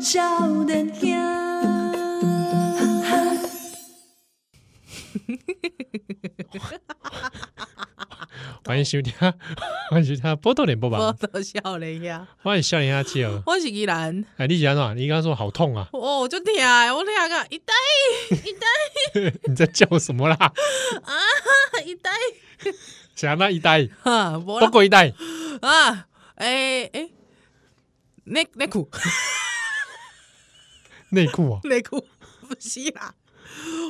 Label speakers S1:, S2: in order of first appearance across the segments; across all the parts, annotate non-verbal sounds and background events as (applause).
S1: 少年兄，哈哈，
S2: 欢迎收听， (laughs) 欢迎收听《波多连播
S3: 我
S2: 吧》，
S3: 都笑了一下，
S2: 欢迎笑脸阿七
S3: (laughs)
S2: 儿。
S3: 我是依兰，
S2: 哎，你讲哪？你刚刚说好痛啊！ (laughs)
S3: 哦，我就听，我听个一代一代
S2: 你在叫什么啦？
S3: 啊一代，
S2: 想那一代，
S3: (laughs) 哈，无
S2: 包
S3: 啦
S2: 括一代，
S3: 啊，诶诶，内内 (laughs) 裤
S2: 内裤
S3: (laughs)
S2: 啊！
S3: 内裤不是啦，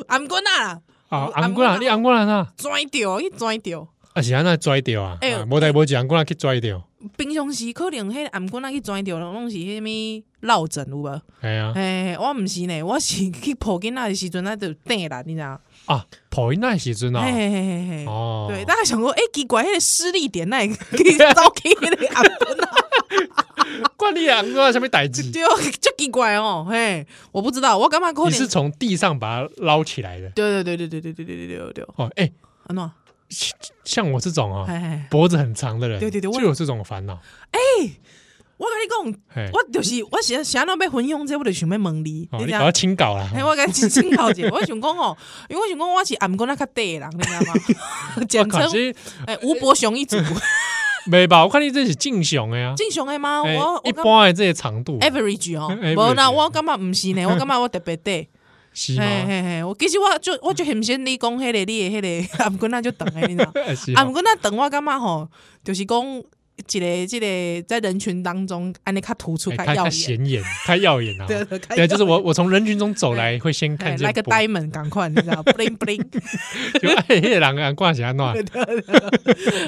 S3: 颔棍啊啦，
S2: 啊，
S3: 安
S2: 昂过来，
S3: 安
S2: 你昂过来呐！
S3: 拽掉伊拽掉，
S2: 啊，是安那拽掉啊！
S3: 哎呦
S2: 啊无代无志，昂过来去拽掉。
S3: 平常时可能迄颔棍啊去拽掉，拢是迄物落枕有无？
S2: 哎呀，
S3: 诶，我毋是呢，我是去抱囡仔的时阵，那就跌啦，你知道？
S2: 啊，跑那时阵
S3: 嘿
S2: 啊，
S3: 嘿嘿嘿嘿。
S2: 哦，
S3: 对，大家想说，哎、奇怪，那个失力点那会可 (laughs) 以招起那个阿伯啊，
S2: 关你昂过来什么代志？
S3: 对哦，就奇怪哦，嘿，我不知道，我干嘛可
S2: 你
S3: 能？
S2: 是从地上把它捞起来的
S3: 对对对对对对对对对对对，
S2: 哦。哎，
S3: 安诺，
S2: 像像我这种啊，
S3: 嘿嘿，
S2: 脖子很长的人，
S3: 对对对我
S2: 就有这种烦恼。
S3: 我跟你讲，
S2: 哎，
S3: 我就是我想想要被分享这，我就想要问你，
S2: 哦，
S3: 你
S2: 你
S3: 知
S2: 搞要
S3: 道？
S2: 清搞啦！
S3: 嘿，我跟你请教一下，我想讲哦，因为我想讲我是颔管那较短的人，你知道吗？
S2: 我
S3: 简称
S2: 靠，这
S3: 哎，吴伯雄一组，
S2: 没吧？我看你这是正常的呀、
S3: 正常的吗？
S2: 啊，哎
S3: 我我
S2: 一
S3: 感
S2: 般的这些长度啊
S3: average 哦，
S2: average
S3: 无啦，我感觉毋是呢，我感觉我特别短。
S2: 是 (laughs)
S3: 嘿
S2: 吗？
S3: 嘿嘿，我其实我就我就很先你讲迄个你的迄个，啊毋过那就等诶，你知道？
S2: 哎是
S3: 啊
S2: 吗
S3: 毋过那等我感觉吼，就是讲一个即个在人群当中安尼较突出
S2: 哎
S3: 较
S2: 太
S3: 耀
S2: 太
S3: 眼，
S2: 显眼， (laughs) 太耀眼了。
S3: 对对，较
S2: 啊对，就是
S3: 耀眼
S2: 我，我从人群中走来，会先
S3: 哎
S2: 看见
S3: 来个
S2: 脖
S3: diamond 赶快，你知道 (laughs) ？bling bling，
S2: 就哎，那个人
S3: (laughs)
S2: 啊，挂起来暖，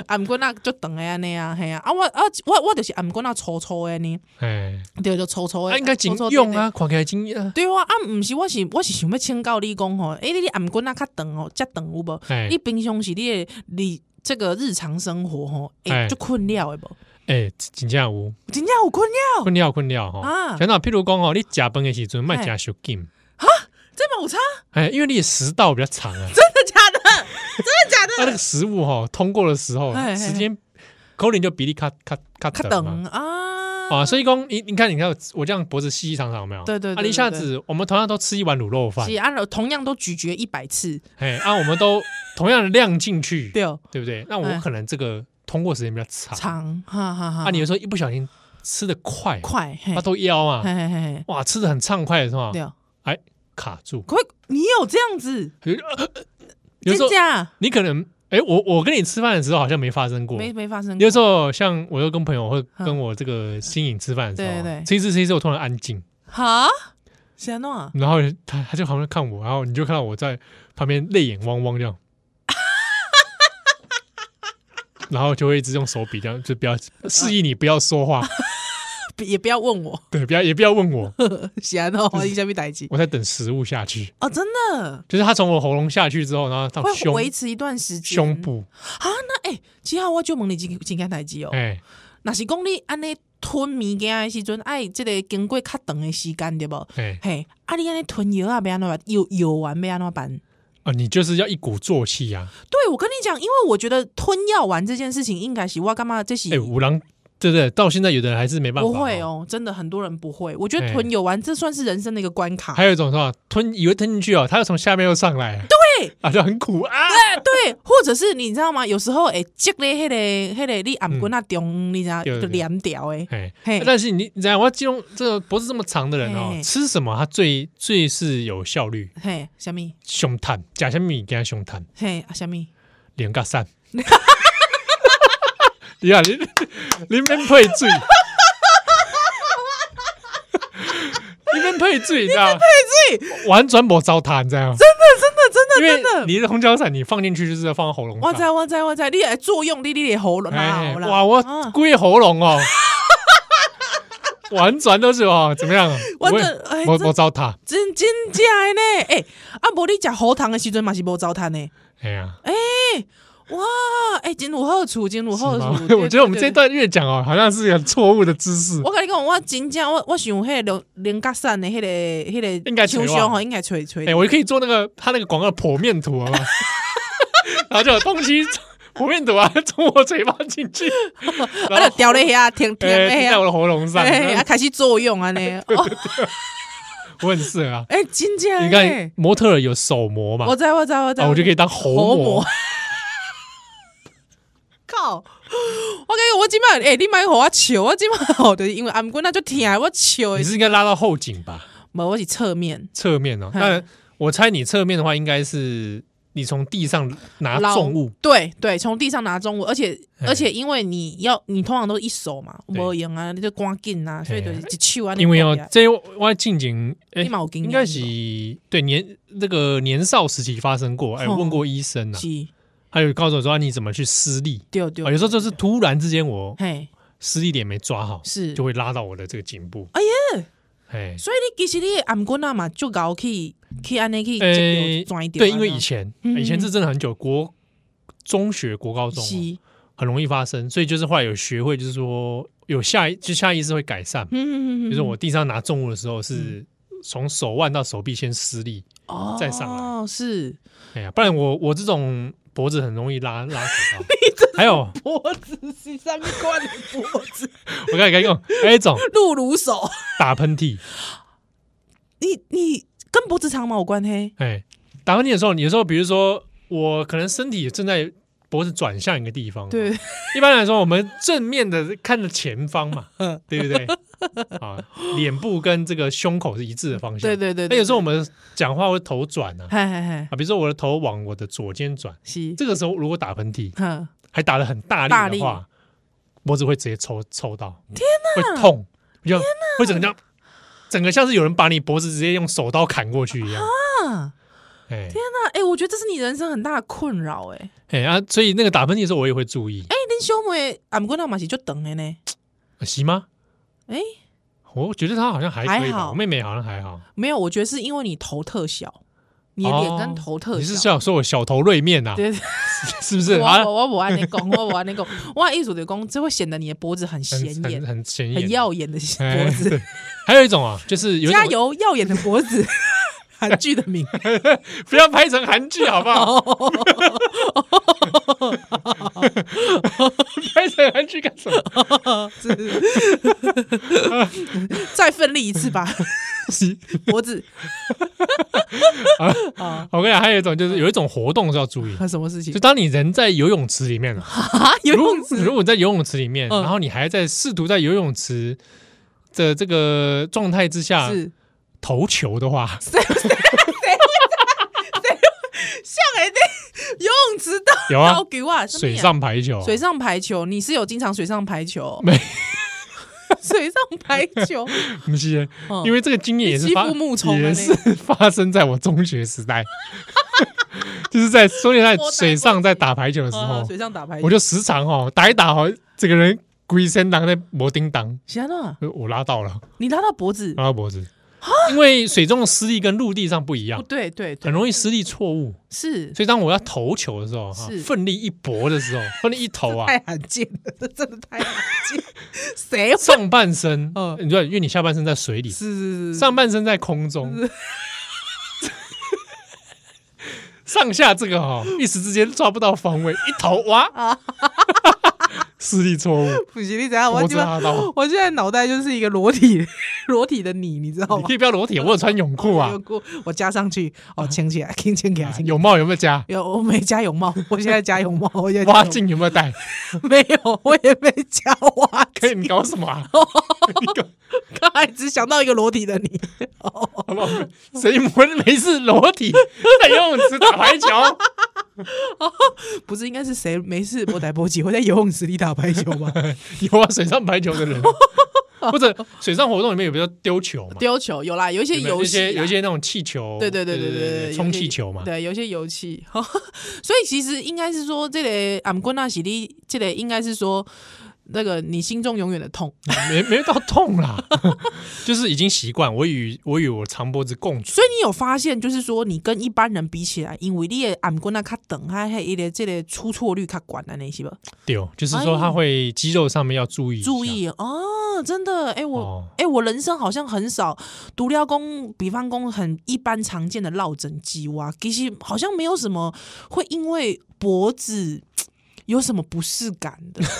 S3: 啊毋过那就等诶安尼啊，嘿啊，啊我啊我我就是啊毋过那粗粗诶呢，
S2: 哎，
S3: 对就粗粗
S2: 啊，
S3: 诶，
S2: 应该
S3: 粗
S2: 警
S3: 粗
S2: 用
S3: 短短。
S2: 啊，看起来警啊，
S3: 对啊，啊，毋是，我是我是想要请教你讲吼，诶、你你颔棍啊较长吼，遮长有无？
S2: 哎
S3: 你平常时你的你这个日常生活吼，
S2: 哎
S3: 哎，就困扰诶无？
S2: 哎，真正有
S3: 真正有困扰，
S2: 困扰困扰哈。
S3: 哦啊
S2: 像那譬如讲哦，你食饭的时阵卖
S3: 哎
S2: 食小金，
S3: 这么有差？
S2: 哎，因为你的食道比较长啊，
S3: 真的假的？
S2: 它那个食物哈通过的时候
S3: 哎，哎
S2: 时间口令就比例卡卡卡
S3: 较
S2: 等嘛
S3: 长。啊！
S2: (laughs) 啊，所以公，你你看，你看我我这样脖子细细长长，有没有？
S3: 对对对
S2: 啊，
S3: 对
S2: 一下
S3: 对
S2: 子我们同样都吃一碗卤肉饭
S3: 是，按同样都咀嚼一百次，
S2: 哎，啊，我们都同样的量进
S3: (laughs)
S2: 去，
S3: 对，
S2: 对不对？那我
S3: 哎
S2: 可能这个通过时间比较长，
S3: 长，哈哈哈。
S2: 啊啊，你有时候啊一不小心吃的快，
S3: 快，嘿
S2: 它，都腰嘛，
S3: 嘿嘿嘿嘿，
S2: 哇，吃的很畅快，是吧？
S3: 对，哦
S2: 哎，卡住，
S3: 可你有这样子？
S2: 有呃呃有
S3: 真
S2: 时候
S3: 假？
S2: 你可能，哎，我我跟你吃饭的时候好像没发生过，
S3: 没没发生过
S2: 有时候像我又跟朋友或
S3: 嗯
S2: 跟我这个新颖吃饭的时候，
S3: 对对对
S2: 吃一次吃一次，我突然安静。
S3: 哈？啊是安怎样？
S2: 然后他他就旁边看我，然后你就看到我在旁边泪眼汪汪这
S3: (laughs)
S2: 样，然后就会一直用手比这样，就不要示意你不要说
S3: (laughs)
S2: 话，
S3: (laughs) 也不要问我， (laughs)
S2: 对，不要也不要问我，
S3: 是安怎样？我一下被代志
S2: 我在等食物下去，
S3: 哦，真的
S2: 就是他从我喉咙下去之后，然后到
S3: 会
S2: 哦胸
S3: 维持一段时间。
S2: 胸部，
S3: 哎，其实我就问你几几件代志哦。
S2: 哎，
S3: 若是讲你安尼吞物件的时阵，爱即个经过较长的时间对无？
S2: 哎
S3: 嘿，啊你安尼吞药啊，要安怎办？药药丸要安怎办？
S2: 啊，你就是要一鼓作气啊呀、
S3: 对，我跟你讲，因为我觉得吞药丸这件事情，应该是我干嘛这
S2: 啊，
S3: 是、
S2: 哎，五郎对不对？到现在有的人还是没办法，
S3: 嗯不会，哦，真的很多人不会。我觉
S2: 哎
S3: 得吞药丸这算是人生的一个关卡。
S2: 还有一种是吧，吞以为吞进去哦，他又从下面又上来，对，啊，就很苦啊，
S3: 哎对，或者是你知道吗？有时候哎，积咧迄个迄个你颔棍那啊中，你知道
S2: 嗯对对
S3: 就
S2: 对
S3: 连掉诶。
S2: 哎，
S3: 嘿，
S2: 但是你你知道，我要进入这个脖子这么长的人哦，
S3: 嘿
S2: 吃什么它最最是有效率？
S3: 嘿，什么？
S2: 胸炭，假虾米给他胸炭，
S3: 嘿，啊什么？
S2: 连个
S3: (laughs)
S2: 散。你看，你你免配
S3: (laughs)
S2: 水，你免配水，你知道？配水，完全没糟蹋，你知道吗？
S3: 真的真的
S2: 因
S3: 真的
S2: 为。你的红椒散，你放进去就是要放到喉咙上。
S3: 我知我知我知，你来作用你你的喉咙啦，
S2: 哎
S3: 喉
S2: 哇，
S3: 啦，
S2: 我
S3: 啊
S2: 故意喉咙哦， (laughs) 完全都是哦，怎么样？
S3: 完全哎
S2: 我我
S3: 这
S2: 我糟蹋，
S3: 真真假的呢？哎、啊，无你食喉糖的时阵嘛是无糟蹋呢。
S2: 哎呀，
S3: 哇，哎、真有好处，真有好
S2: 是吗。
S3: 处
S2: (laughs) 我觉得我们这一
S3: 对，
S2: 段越讲哦，好像是有错误的知识 (laughs)
S3: 对对。我跟你讲，我真正我我想迄个零角散的迄、个迄、个
S2: 应该找啊哎
S3: 秋香吼，应该吹吹。
S2: (laughs) 哎，我可以做那个他那个广告的剖面图啊，然后就有东西我面毒啊，从我嘴巴进
S3: (laughs)
S2: 去，然
S3: 啊，
S2: 后
S3: 就掉咧
S2: (laughs)
S3: 遐，停停
S2: 呃，停
S3: 咧
S2: 在我
S3: 遐，
S2: 的喉咙上，
S3: 哎，啊，开始作用啊
S2: (laughs)
S3: 呢。哦，
S2: 我很适合啊。
S3: 哎，真正
S2: 你
S3: 诶
S2: 看，模特儿有手模嘛，
S3: 我知我知我知，
S2: 啊，我就可以当喉
S3: 头
S2: 模
S3: 模。。 (laughs) 靠！我感觉我今麦哎，你莫互我笑，我今麦吼，就是因为颔棍啊就疼，我笑
S2: 你
S3: 的。
S2: 是应该拉到后颈吧，
S3: 无，我是侧面
S2: 侧面哦。
S3: 嗯
S2: 但我猜你侧面的话，应该是你从地上拿
S3: 捞
S2: 重物，
S3: 对对，从地上拿重物，而且
S2: 嘿
S3: 而且因为你要你通常都一手嘛，
S2: 对
S3: 无用啊，你就赶紧啊，所以就是一手啊，
S2: 因为哦
S3: 你，
S2: 这我近景，哎，
S3: 你嘛有经验
S2: 应该是对年那个年少时期发生过，哎，
S3: 哦
S2: 问过医生啊，
S3: 是
S2: 还有告诉我说啊你怎么去施力
S3: 对对，
S2: 啊，有时候就是突然之间我
S3: 嘿
S2: 施力点没抓好，
S3: 是
S2: 就，会拉到我的这个颈部。
S3: 哎
S2: 呀，哎，
S3: 所以你其实你的颔棍啊嘛，就搞去去安尼去
S2: 诶
S3: 抓一点，啊
S2: 对，因为以前
S3: 嗯
S2: 以前是真的很久，国中学、国高中哦
S3: 是，
S2: 很容易发生，所以就是后来有学会，就是说有下意就下意识会改善。
S3: 嗯嗯嗯，嗯
S2: 就是我地上拿重物的时候，是从手腕到手臂先施力。
S3: 哦
S2: 再上来
S3: 哦是
S2: 哎呀，不然我我这种脖子很容易拉拉
S3: (laughs)
S2: 扯到。还有
S3: 脖子是上面挂的脖子，
S2: 我刚才用还有一种
S3: 露乳手，
S2: 打喷嚏，
S3: 你你跟脖子长毛有关系，
S2: 哎，打喷嚏的时候，有时候比如说我可能身体正在脖子转向一个地方，
S3: 对，
S2: 一般来说，我们正面的看着前方
S3: (laughs)
S2: 嘛，对不对？啊，脸部跟这个胸口是一致的方向。
S3: 对对对对
S2: 那哎有时候我们讲话会头转
S3: (laughs)
S2: 啊，
S3: 嗨嗨嗨
S2: 啊，，比如说我的头往我的左肩转，
S3: 是，
S2: 这个时候如果打喷嚏，
S3: 哼，
S2: 还打的很大
S3: 大
S2: 力
S3: 力
S2: 的话，脖子会直接抽抽到，天哪，会痛，就会整个像整个像是有人把你脖子直接用手刀砍过去一样。
S3: 啊。
S2: 哎
S3: 那哎、欸我觉得这是你人生很大的困扰哎、欸。
S2: 哎啊，所以那个打喷嚏的时候，我也会注意
S3: 哎、，恁小妹俺过那嘛是就等的呢。
S2: 行吗？
S3: 哎、
S2: 我觉得他好像还可以
S3: 还
S2: 吧，
S3: 好
S2: 我妹妹好像还好。
S3: 没有，我觉得是因为你头特小，你的脸跟头特小。
S2: 哦你是想说我小头锐面呐、(laughs)
S3: 对，
S2: 是不是
S3: 我
S2: 啊？
S3: 我我我按那讲，我我按那讲，我艺术的讲，这会显得你的脖子很显
S2: 很
S3: 眼
S2: 很、很显眼，
S3: 很耀眼的
S2: 哎
S3: 脖子。
S2: 对还有一种啊，就是有一种
S3: 加，油，耀眼的
S2: (laughs)
S3: 脖子，韩剧的名。哦
S2: 不要拍成韩剧好不好？拍成韩剧干什
S3: (laughs)
S2: 么？
S3: 再奋力一次吧，脖子
S2: (laughs)
S3: 哦
S2: 我跟你讲，还有一种就是有一种活动是要注意，
S3: (laughs) 啊，什么事情
S2: 啊就当你人在游泳池里面
S3: (laughs)
S2: 了，
S3: 啊？游
S2: 如
S3: 泳
S2: 果如
S3: 池
S2: 果你在游泳池里面，
S3: 嗯
S2: 然后你还在试图在游泳池的这个状态之下
S3: 是
S2: 投球的
S3: (laughs)
S2: 话，
S3: 像哎，那游泳池到
S2: 有啊
S3: 到给
S2: (laughs)
S3: 我
S2: 水上排球，
S3: (laughs) 水上排球，你是有经常水上排球？
S2: 没
S3: (laughs) 水上排
S2: (laughs)
S3: 球，啊
S2: 不是，
S3: 嗯
S2: 因为这个经验也是发
S3: 你欺负木虫啊
S2: 也
S3: 你
S2: 是 (laughs) 发生在我中学时代， (laughs) 就是在中学在
S3: 我带过
S2: 水上在打排球的时
S3: 啊
S2: 候，
S3: 水上打排球
S2: 哦我，就时常哦打一打哦，整个人龟身当在磨叮当，
S3: 行了，
S2: 我拉到了，
S3: 你拉到脖子，
S2: 拉到脖子，因为水中的施力跟陆地上不一
S3: 不
S2: 样，
S3: 哦对对对，
S2: 很容易施力错误，
S3: 是
S2: 所以当我要投球的时候，哈
S3: 是
S2: 奋力一搏的
S3: (laughs)
S2: 时候，奋力一投啊，
S3: 太罕见了， (laughs) 这真的太罕见，
S2: (laughs)
S3: 谁会？
S2: 上半身
S3: 嗯，
S2: 你知道，因为你下半身在水里，
S3: 是是是，
S2: 上半身在空中，上下这个哈、哦，一时之间抓不到方位，一头
S3: 啊
S2: (laughs) 哇，视力错误，
S3: 不行，你怎样？我
S2: 脖
S3: 基
S2: 子啊
S3: 本
S2: 拉到。
S3: 我现在脑袋就是一个裸体 (laughs) 裸体的你，你知道
S2: 你
S3: 吗
S2: 可？以啊不要裸体，我有穿泳裤啊
S3: 有，过我加上去，哦，牵起来，牵牵起来，牵起来
S2: 泳帽有没有加？
S3: 有我没加泳帽，我现在加泳帽，我现在加
S2: 蛙
S3: 泳
S2: 镜有没有戴？
S3: 没有，我也没加蛙
S2: 可
S3: 镜
S2: 以，。你搞什么
S3: (laughs)
S2: 啊？你搞
S3: 刚才只想到一个裸体的你，
S2: (laughs) 好不好？谁没没事裸体在游泳池打排球？
S3: 不是应该是谁没事波台波起会在游泳池里打排球吗？
S2: (laughs) 有啊，水上排球 (laughs) 的人，或者水上活动里面有比较丢球嘛？
S3: (laughs) 丢球有啦，有一些
S2: 有没有
S3: 游
S2: 一
S3: 戏啦，
S2: 些有一些那种气球，
S3: 对对对对对对，
S2: 充
S3: 有些
S2: 气球嘛，
S3: 对，有些游戏。 (laughs) 所以其实应该是说，这个俺们棍纳喜利，这个应该是说。那个你心中永远的痛，
S2: 没没到痛啦， (laughs) 就是已经习惯。我与我与我长脖子共处，
S3: 所以你有发现，就是说你跟一般人比起来，因为你的俺棍纳卡等，还还一个这个出错率卡管的那些吧，
S2: 丢，就是说他会肌肉上面要注意一下
S3: 注意哦，真的，哎、我
S2: 哦。
S3: 哎、我人生好像很少独料工，比方工很一般常见的落枕肌蛙，其实好像没有什么会因为脖子有什么不适感的？ (laughs)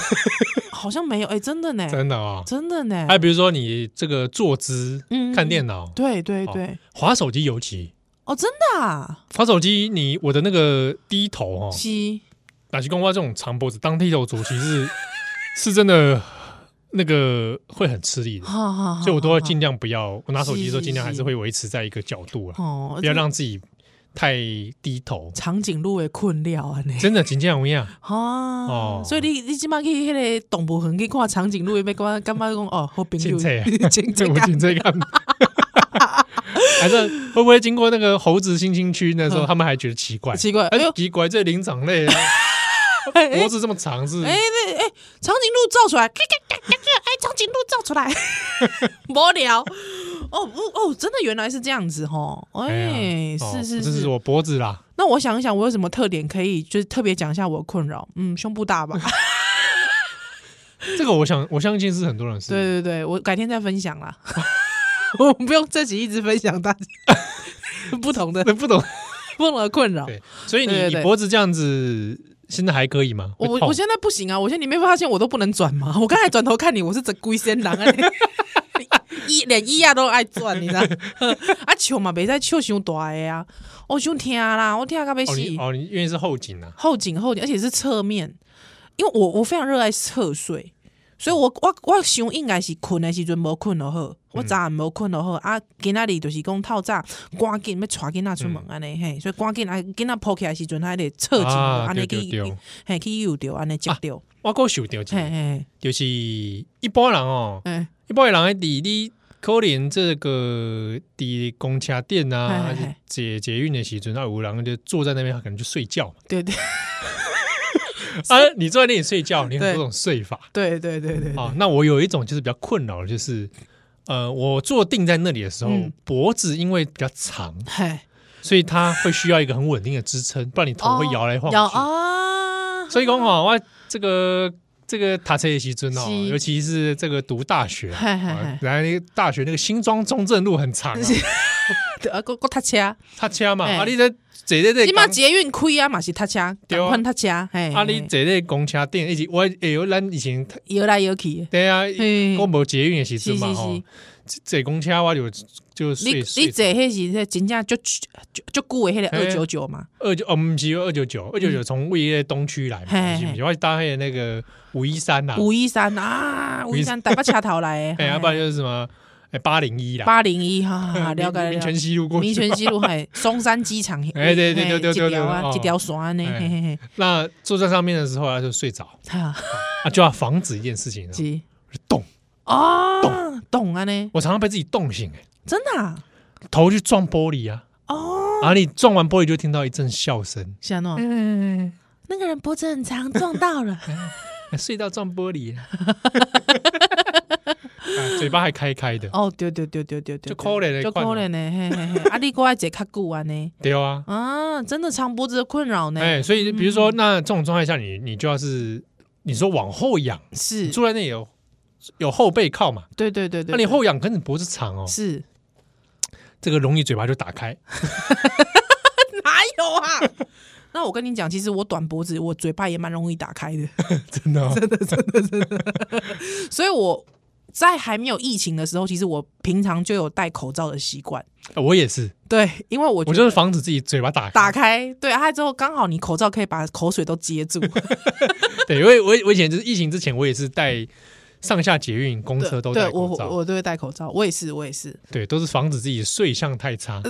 S3: 好像没有，哎、真的呢，
S2: 真的啊。
S3: 真的呢，
S2: 还有比如说你这个坐姿
S3: 嗯
S2: 看电哦脑、
S3: 对对对，
S2: 滑手机，尤其
S3: 哦，真的啊，
S2: 滑手机，你我的那个低头哦，
S3: 是，
S2: 打西公蛙这种长脖子当低头族，其
S3: (laughs)
S2: 实是真的那个会很吃力的，
S3: 哈哈，
S2: 所以我都
S3: 哈
S2: 会
S3: 哈
S2: 尽量不要。我拿手机的时候，
S3: 是
S2: 尽量还
S3: 是
S2: 是会维持在一个角度了，
S3: 哦，
S2: 不要让自己太低
S3: (laughs)
S2: 头。
S3: 长颈鹿的困扰啊，呢，
S2: 真的，真这样一样，
S3: 哦
S2: 哦，
S3: 所以你你即马去迄个动物园去看长颈鹿，要感感觉讲哦，好朋
S2: 凊
S3: 友，
S2: 彩啊
S3: (laughs) 真
S2: 这我 (laughs)
S3: 啊
S2: 真这
S3: (laughs)
S2: 看。还是会不会经过那个猴子新兴区那时候，
S3: 嗯
S2: 他们还觉得奇怪？
S3: 奇怪，
S2: (laughs)
S3: 哎呦
S2: 哎，，奇怪，这灵长类啊
S3: 哎
S2: 脖
S3: 哎，
S2: 子这么长是？
S3: 哎那哎，长颈鹿照出来，咔咔咔咔咔，哎，长颈鹿照
S2: (laughs)
S3: 出来，无聊，哦哦哦，真的原来是这样子哦，哎，
S2: 哦
S3: 是是
S2: 这
S3: 是
S2: 是，我脖子啦，
S3: 那我想一想，我有什么特点可以就是特别讲一下我的困扰？嗯，胸
S2: (laughs)
S3: 部大吧，
S2: 这个我想我相信是很多人是。
S3: 对对对，我改天再分享
S2: (laughs)
S3: 啦。 (laughs) 我们不用这集一直分享大家 (laughs) 不同的
S2: 那不懂，
S3: 不同的困扰。
S2: 对，所以你
S3: 对对对
S2: 你脖子这样子现在还可以吗？
S3: 我
S2: 会
S3: 我
S2: 痛
S3: 我现在不行啊！我现在你没发现我都不能转吗？我刚才转头看你，我是整龟仙狼啊！ (laughs) 一连一亚都爱转，你知道？啊，笑嘛，别再笑伤大的啊！我想听啦，我听到被
S2: 哦你
S3: 死。
S2: 哦你因为是后颈啊，
S3: 后颈后颈，而且是侧面，因为我我非常热爱侧睡，所以我我我想应该是困的时阵无困落好，我早晚无困落好啊，今仔日就是讲透早赶紧要带囡仔出
S2: 嗯
S3: 门安尼嘿，所以赶紧啊囡仔抱起来的时阵，还得侧颈
S2: 啊
S3: 安尼
S2: 对对啊
S3: 去
S2: 对
S3: 嘿去游着安尼接着，
S2: 我够受掉，
S3: 嘿嘿
S2: 就是一般人哦，
S3: 嘿，
S2: 一般人的底你可能这个底公车店啊，
S3: 嘿
S2: 还
S3: 嘿
S2: 是
S3: 嘿
S2: 捷捷运的时阵，那啊有人就坐在那边，他可能就睡觉
S3: (laughs)
S2: 嘛。
S3: 对对
S2: 啊，你坐在那里睡觉，你有很多种睡法
S3: 对对对对，
S2: 啊。那我有一种就是比较困扰的，就是呃，我坐定在那里的时候，
S3: 嗯
S2: 脖子因为比较长，
S3: 嘿，
S2: 所以它会需要一个很稳定的支撑，不然你头会摇来晃去。
S3: 哦摇啊，
S2: 所以讲吼，我这个这个塔车的时阵哦，
S3: 是
S2: 尤其是这个读大学，
S3: 嘿嘿嘿
S2: 啊然后那个大学那个新庄中正路很长啊，
S3: 啊，个个踏车，
S2: 塔车嘛，
S3: 嘿
S2: 啊你在坐在这
S3: 你嘛
S2: 公，
S3: 捷运开啊嘛是踏车，
S2: 对啊
S3: 赶快踏车，嘿，
S2: 啊你坐在公车顶，以及我哎呦，咱以前
S3: 摇来摇去的，
S2: 对啊，
S3: 嘿
S2: 我无捷运的时阵嘛
S3: 是是
S2: 吼
S3: 是，
S2: 坐公车我就就
S3: 你
S2: 睡
S3: 你
S2: 睡
S3: 坐迄是迄真正就就就久诶迄个
S2: 嘿
S3: 二九九嘛，
S2: 二九哦，不是二九九，二九九从位于东区来
S3: 嗯嘿
S2: 嘛，
S3: 嘿
S2: 是不是？我是搭配那个五一三啦，
S3: 五一三啊，五一三台北车头
S2: (laughs)
S3: 来
S2: 哎，
S3: 诶
S2: 要不，然就是什么哎八零一啦，
S3: 八零一哈，哈了解
S2: (laughs)
S3: 了
S2: 民权
S3: 解。
S2: 西路过去
S3: 民权西路嘿，松山机场嘿，
S2: (laughs) 哎对对对
S3: 嘿
S2: 对对
S3: 一条啊
S2: 对，对
S3: 一条线安尼，
S2: 哎
S3: 嘿嘿嘿， (laughs)
S2: 那坐在上面的时候，他就睡着
S3: 哈，
S2: 啊，就要防止一件事情， (laughs)
S3: 是
S2: 就动。
S3: 哦，懂安尼，
S2: 我常常被自己动醒，哎，
S3: 真的啊
S2: 头去撞玻璃啊，
S3: 哦，
S2: 然后你撞完玻璃就听到一阵笑声，
S3: 是安怎样
S2: 嗯，
S3: 那个人脖子很长，撞
S2: (laughs)
S3: 到了，
S2: 欸睡到撞玻
S3: (laughs)
S2: 璃，啊嘴巴还开开的，
S3: 哦，对对对对对对，
S2: 就可怜的
S3: 就可
S2: 款哦
S3: 怜的，嘿嘿嘿，啊，你过来坐较久安尼，
S2: 对啊，
S3: 啊，真的长脖子的困扰呢，
S2: 哎，所
S3: 嗯
S2: 以比如说，那这种状态下，你你就要是你说往后仰，
S3: 是
S2: 你，坐在那里有有后背靠嘛，啊
S3: 对对对对，
S2: 那你后仰跟你脖子长哦，
S3: 是
S2: 这个容易嘴巴就打
S3: (laughs)
S2: 开，
S3: 哪有啊？ (laughs) 那我跟你讲，其实我短脖子，我嘴巴也蛮容易打开的， (laughs)
S2: (laughs) 真的哦，
S3: 所以我在还没有疫情的时候，其实我平常就有戴口罩的习惯。
S2: 哦我也是，
S3: 对，因为我觉
S2: 我
S3: 得
S2: 就是防止自己嘴巴打开
S3: 打。开，对，啊，之后刚好你口罩可以把口水都接住，
S2: (laughs) 对，因为我我以前就是疫情之前，我也是戴上下捷运、公车
S3: 对，
S2: 都
S3: 对
S2: 戴
S3: 我
S2: 口罩，
S3: 我都会戴口罩，我也是，我也是，
S2: 对，都是防止自己睡相太
S3: (laughs)
S2: 差，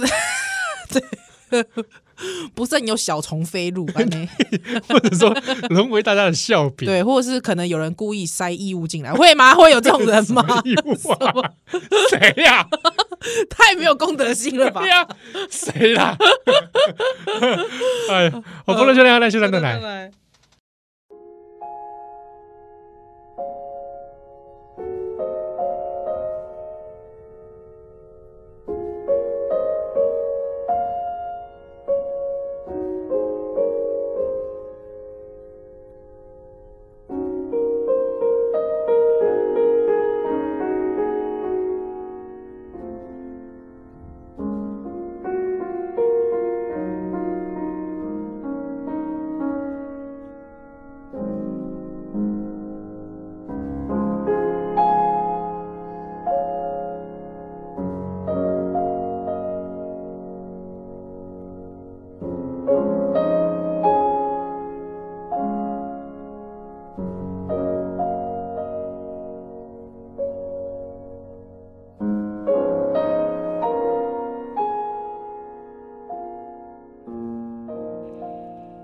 S3: 不慎有小虫飞入，
S2: (laughs)
S3: 安内
S2: 或者说沦为大家的笑柄。
S3: 对，或者是可能有人故意塞异物进来，会吗？ (laughs) 会有这种
S2: (laughs)
S3: 人
S2: 什
S3: 吗
S2: 么？义务
S3: (laughs)
S2: 啊？谁呀？
S3: 太没有公德心
S2: (laughs)
S3: 了吧
S2: 对？呀，谁啦？ (laughs) 哎，我不能就那样，那就那样来。
S3: 来。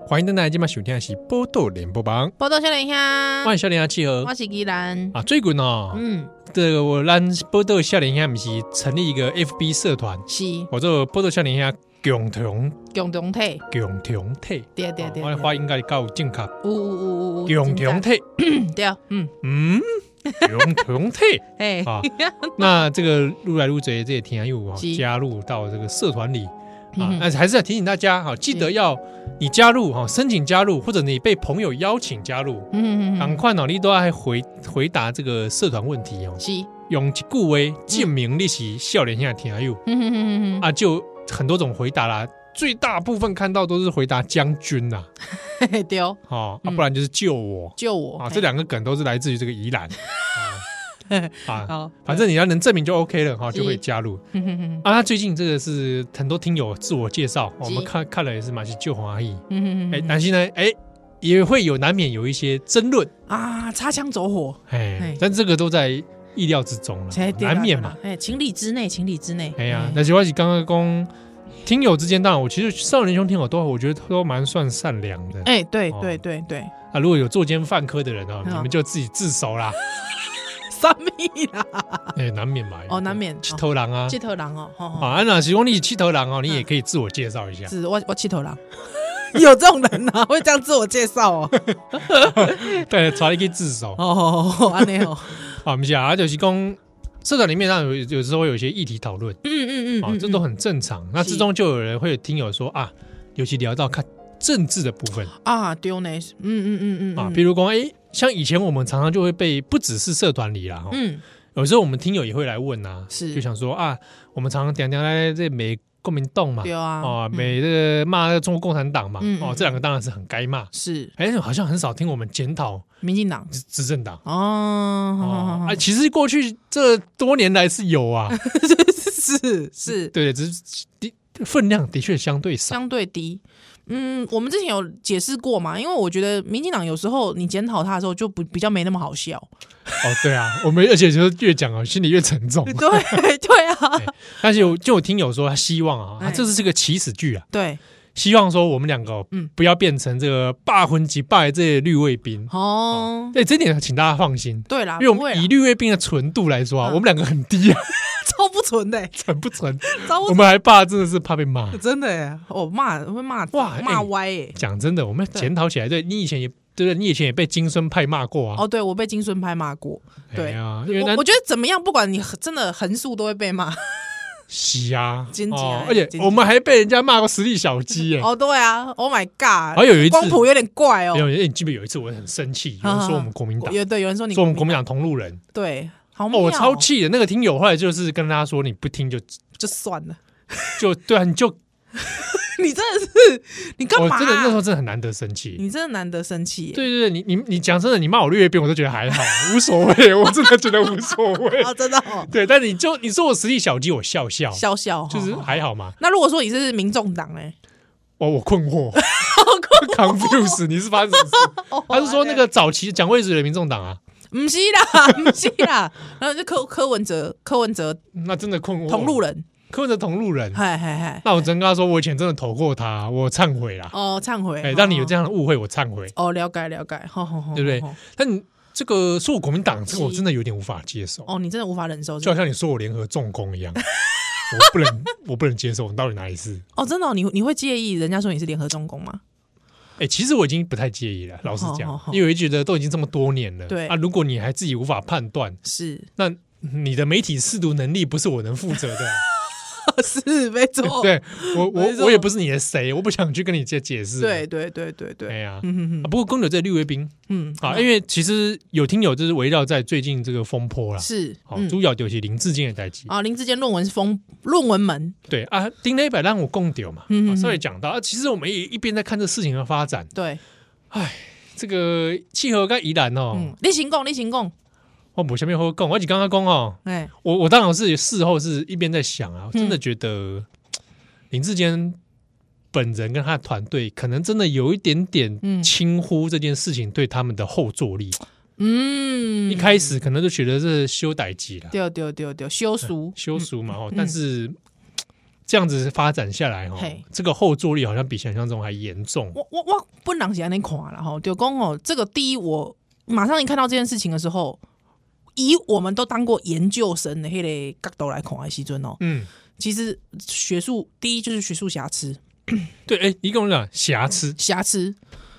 S2: 欢迎登来今晚收听的是《波豆联播榜》，
S3: 报道小林兄，
S2: 欢迎笑脸啊契合
S3: 我是依兰，
S2: 啊，最近哦，
S3: 嗯，
S2: 这个我让波豆笑脸兄不是成立一个 FB 社团，
S3: 是
S2: 我做波豆笑脸兄共同
S3: 共同体，
S2: 共同体，
S3: 对对对，
S2: 我的
S3: 对
S2: 话应该较有正确，
S3: 有有有有
S2: 共同
S3: 有真
S2: 体，
S3: 的对，嗯，
S2: 嗯，
S3: (laughs)
S2: 共同体。
S3: 哎，
S2: 啊，那这个撸来撸贼这些听友啊
S3: 是，
S2: 加入到这个社团里啊
S3: 嗯，
S2: 但是还是要提醒大家哈，记得要你加入哈，申请加入，或者你被朋友邀请加入，
S3: 嗯嗯嗯，
S2: 赶快脑力都要回回答这个社团问题哦。
S3: 是，
S2: 用一句为证明你是笑脸下听友
S3: 嗯嗯嗯嗯嗯
S2: 啊，就很多种回答啦，最大部分看到都是回答将军呐，
S3: 嘿嘿，对，
S2: 啊，啊
S3: 嗯
S2: 不然就是救我
S3: 救我
S2: 啊，这两个梗都是来自于这个宜
S3: (laughs)
S2: 兰啊啊
S3: 个，好，
S2: 反正你要能证明就 OK 了哈，
S3: 是
S2: 就可以加入
S3: 嗯嗯嗯
S2: 啊。他最近这个是很多听友自我介绍，哦我
S3: 是
S2: 们看看了也是蛮是旧华裔，
S3: 嗯嗯
S2: 哎，
S3: 嗯
S2: 南希呢，哎也会有难免有一些争论，
S3: 啊，擦枪走火，
S2: 哎
S3: 嘿，
S2: 但这个都在意料之中了
S3: 才，
S2: 难免嘛，，
S3: 哎，情理之内，情理之内，
S2: 哎呀
S3: 嘿，
S2: 那就我是刚刚公听友之间，当然我其实少年兄听友都我觉得都蛮算善良的
S3: 哎，对
S2: 哦
S3: 对对对，
S2: 啊。如果有作奸犯科的人哦，
S3: 嗯
S2: 你们就自己自首
S3: (laughs)
S2: 啦，
S3: 三米啦，
S2: 哎，难免嘛，
S3: 哦，难免，
S2: 七头狼啊。
S3: 七头狼哦，哦，哦
S2: 啊，那希望你是七头狼哦，你也可以自我介绍一下。
S3: 是我我七头狼，有这种人啊，会这样自我介绍哦，
S2: 对，传一个自首
S3: 哦哦哦，安尼哦，
S2: 啊，不是啊，就是讲社团里面上有有时候会有一些议题讨论
S3: 嗯嗯嗯
S2: 啊，
S3: 嗯，
S2: 这都很正常。那之中就有人会有听友说啊，尤其聊到看政治的部分
S3: 啊，对呢，嗯嗯嗯嗯
S2: 啊，
S3: 嗯
S2: 比如说哎，像以前我们常常就会被不只是社团里啦，哦
S3: 嗯，
S2: 有时候我们听友也会来问啊，
S3: 是
S2: 就想说啊，我们常常讲讲来这美共民党嘛
S3: 对，啊，
S2: 啊，
S3: 嗯
S2: 美这个骂中国共产党嘛
S3: 嗯，
S2: 哦
S3: 嗯，
S2: 这两个当然是很该骂。
S3: 是
S2: 哎，好像很少听我们检讨
S3: 民进党
S2: 执执政党。
S3: 哦，好好
S2: 哦
S3: (laughs) 好，
S2: 啊，其实过去这多年来是有
S3: (laughs)
S2: 啊，
S3: 是是
S2: 对，只是的分量的确相对少。
S3: 相对低。嗯，我们之前有解释过嘛，因为我觉得民进党有时候你检讨他的时候就不比较没那么好笑，
S2: 哦，对啊，我们而且就是越讲啊，心里越沉重。
S3: 对 (laughs) 对啊，
S2: 但是有就有听友说，他希望啊，
S3: 哎
S2: 啊这是个起始句啊，
S3: 对，
S2: 希望说我们两个哦
S3: 嗯
S2: 不要变成这个霸魂及败这些绿卫兵。哎
S3: 哦，
S2: 对，这点请大家放心，
S3: 对啦，
S2: 因为我
S3: 不会
S2: 们
S3: 啦
S2: 以绿卫兵的纯度来说啊，
S3: 嗯
S2: 我们两个很低啊，
S3: 超不纯的，欸
S2: 纯不纯？
S3: 超
S2: 我
S3: 不
S2: 们还怕真的是怕被骂。
S3: 真的耶，我骂会骂
S2: 哇哎
S3: 骂歪哎，
S2: 讲真的，我们要检讨起来，对你以前也对不对？你以前也被金孙派骂过啊。
S3: 哦，对我被金孙拍骂过，
S2: 哎
S3: 对
S2: 呀，因为
S3: 我
S2: 咱
S3: 我觉得怎么样，不管你很真的横竖都会被骂，
S2: 是啊，
S3: 真的
S2: 哦
S3: 哎，
S2: 而且
S3: 真的
S2: 我们还被人家骂过实力小鸡耶。
S3: (laughs) 哦，对啊，Oh my God，
S2: 还有有一次
S3: 光谱有点怪哦
S2: 没，有，因为你记不记得有一次我很生气，有
S3: 好
S2: 人
S3: 好
S2: 说我们国民党，
S3: 有对有人说你
S2: 说我们国民党同路人，
S3: 对，好
S2: 哦，
S3: 妙哦，
S2: 我超气的。那个听友后来就是跟大家说，你不听就 (laughs)
S3: 就算了。 (laughs)
S2: 就对啊，你就
S3: 你真的是，你干
S2: 我
S3: 嘛、啊？
S2: 真的那时候真的很难得生气。
S3: 你真的难得生气耶。
S2: 对对对，你你你讲真的，你骂我绿叶边，我都觉得还好，无所
S3: (laughs)
S2: 谓，我真的觉得无所谓。
S3: 啊，真的、哦，
S2: 对，但你就你说我实力小鸡，我笑笑，
S3: 笑笑
S2: 就是
S3: 哈哈
S2: 还好嘛。
S3: 那如果说你是民众党哎，
S2: 我我困
S3: (laughs)
S2: 惑 (laughs) ，confuse，你是发生什么事？他是
S3: 欸
S2: 说那个早期蒋渭水的民众党啊，
S3: 不是啦，
S2: (laughs)
S3: 不是啦，然后就柯柯文哲，柯文哲
S2: 那真的困惑。
S3: 同路，人，
S2: 柯文哲同路人。
S3: 嗨嗨嗨，
S2: 那我真跟他说，我以前真的投过他，我忏悔啦。
S3: 哦，忏悔，
S2: 哎、让你有这
S3: 样，
S2: 样的误会，我忏悔。
S3: 哦，了解了解，吼吼吼，
S2: 对不对
S3: 吼？吼
S2: 但你这个说我国民党，这个我
S3: 是
S2: 真的有点无法接受，
S3: 哦，你真的无法忍受，
S2: 就好像你说我联合重工
S3: (laughs)
S2: 一样，我不能，我不能接受。你到底哪里是？
S3: 哦，真的哦、你你会介意人家说你是联合中共吗？
S2: 哎、其实我已经不太介意了，老实
S3: 好
S2: 讲
S3: 好，好
S2: 因为我觉得都已经这么多年了，
S3: 哦对
S2: 啊，如果你还自己无法判断， (laughs)
S3: 是
S2: 那你的媒体试读能力不是我能负责
S3: (laughs)
S2: 的。
S3: 是，没错，
S2: 对我
S3: 没
S2: 我
S3: 错
S2: 我也不是你的谁，我不想去跟你解解释。
S3: 对，对对对
S2: 哎
S3: 对，
S2: 呀、啊
S3: 嗯哼哼
S2: 不过公牛这绿卫兵
S3: 嗯，
S2: 啊，因为其实有听友就是围绕在最近这个风波啦，
S3: 是，
S2: 啊好
S3: 嗯，
S2: 主要就是林志坚的代际。
S3: 啊，林志坚论文风论文门，
S2: 对啊，丁磊百让我共丢嘛，
S3: 嗯
S2: 啊
S3: 嗯
S2: 稍微讲到啊，其实我们也一边在看这事情的发展，
S3: 对，
S2: 这个契合跟宜兰哦
S3: 嗯，，你行共，你行共，
S2: 我不下面会讲，而且刚刚讲哦，
S3: 哎，
S2: 我我当然是事后是一边在想啊，真的
S3: 嗯
S2: 觉得林志坚本人跟他的团队可能真的有一点点
S3: 嗯
S2: 轻忽这件事情对他们的后坐力，
S3: 嗯，
S2: 一开始可能就觉得是修歹机了，嗯
S3: 对对对对，修书
S2: 修书嘛哦，
S3: 嗯
S2: 但是这样子发展下来，哈
S3: 嘿，
S2: 这个后坐力好像比想象中还严重。
S3: 我我我本人是安尼看了吼，就讲哦，这个第一，我马上一看到这件事情的时候，以我们都当过研究生的迄个角度来看的时阵哦，
S2: 嗯，
S3: 其实学术第一就是学术瑕疵，
S2: 对，哎、你跟我讲瑕疵，
S3: 瑕疵，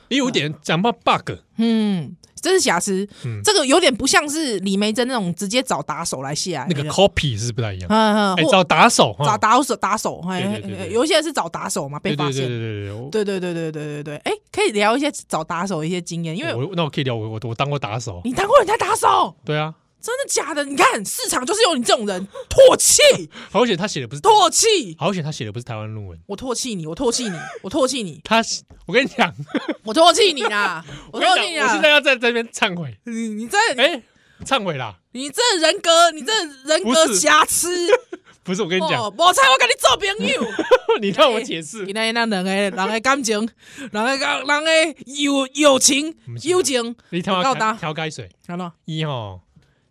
S2: 也有点讲到 bug，
S3: 嗯，这是瑕疵，
S2: 嗯
S3: 这个有点不像是李梅珍那种直接找打手来下
S2: 那个 copy 是不太一样。
S3: 嗯嗯，
S2: 哎、
S3: 或
S2: 找打手哈，
S3: 找打手打手，嘿
S2: 对对对对
S3: 有一些是找打手嘛，被
S2: 对
S3: 发
S2: 对对
S3: 现。
S2: 对对对
S3: 对对对对对对对，哎，可以聊一些找打手的一些经验，因
S2: 对，
S3: 为
S2: 我我那我可以聊我我我当过打手，
S3: 你当过人家打手，
S2: 对啊，
S3: 真的假的？你看市场就是有你这种人，唾弃 (laughs)
S2: 好险他写的不是，
S3: 唾弃，
S2: 好险他写的不是台湾论文，
S3: 我唾弃你，我唾弃你， (laughs) 我唾弃你，
S2: 他我跟你讲，
S3: 我唾弃你啦！我
S2: (laughs) 我跟
S3: 唾弃
S2: 你
S3: 你
S2: 讲，我
S3: 啦
S2: 现在！要在这边忏悔，
S3: 你你这
S2: 哎、忏悔啦，
S3: 你这人格，你这
S2: (laughs)
S3: 人
S2: 不
S3: 格
S2: 是
S3: 瑕疵，
S2: 不是我跟你讲，
S3: 哦，哎我猜我跟你做朋友。
S2: (laughs)
S3: (laughs)
S2: 你让我解释
S3: 今，天咱两个人的感情，人的感人的友友情
S2: 不是啊
S3: 友情，
S2: 你
S3: 我
S2: 他
S3: 告
S2: 妈
S3: 他
S2: 调改水，
S3: 安怎
S2: 一吼，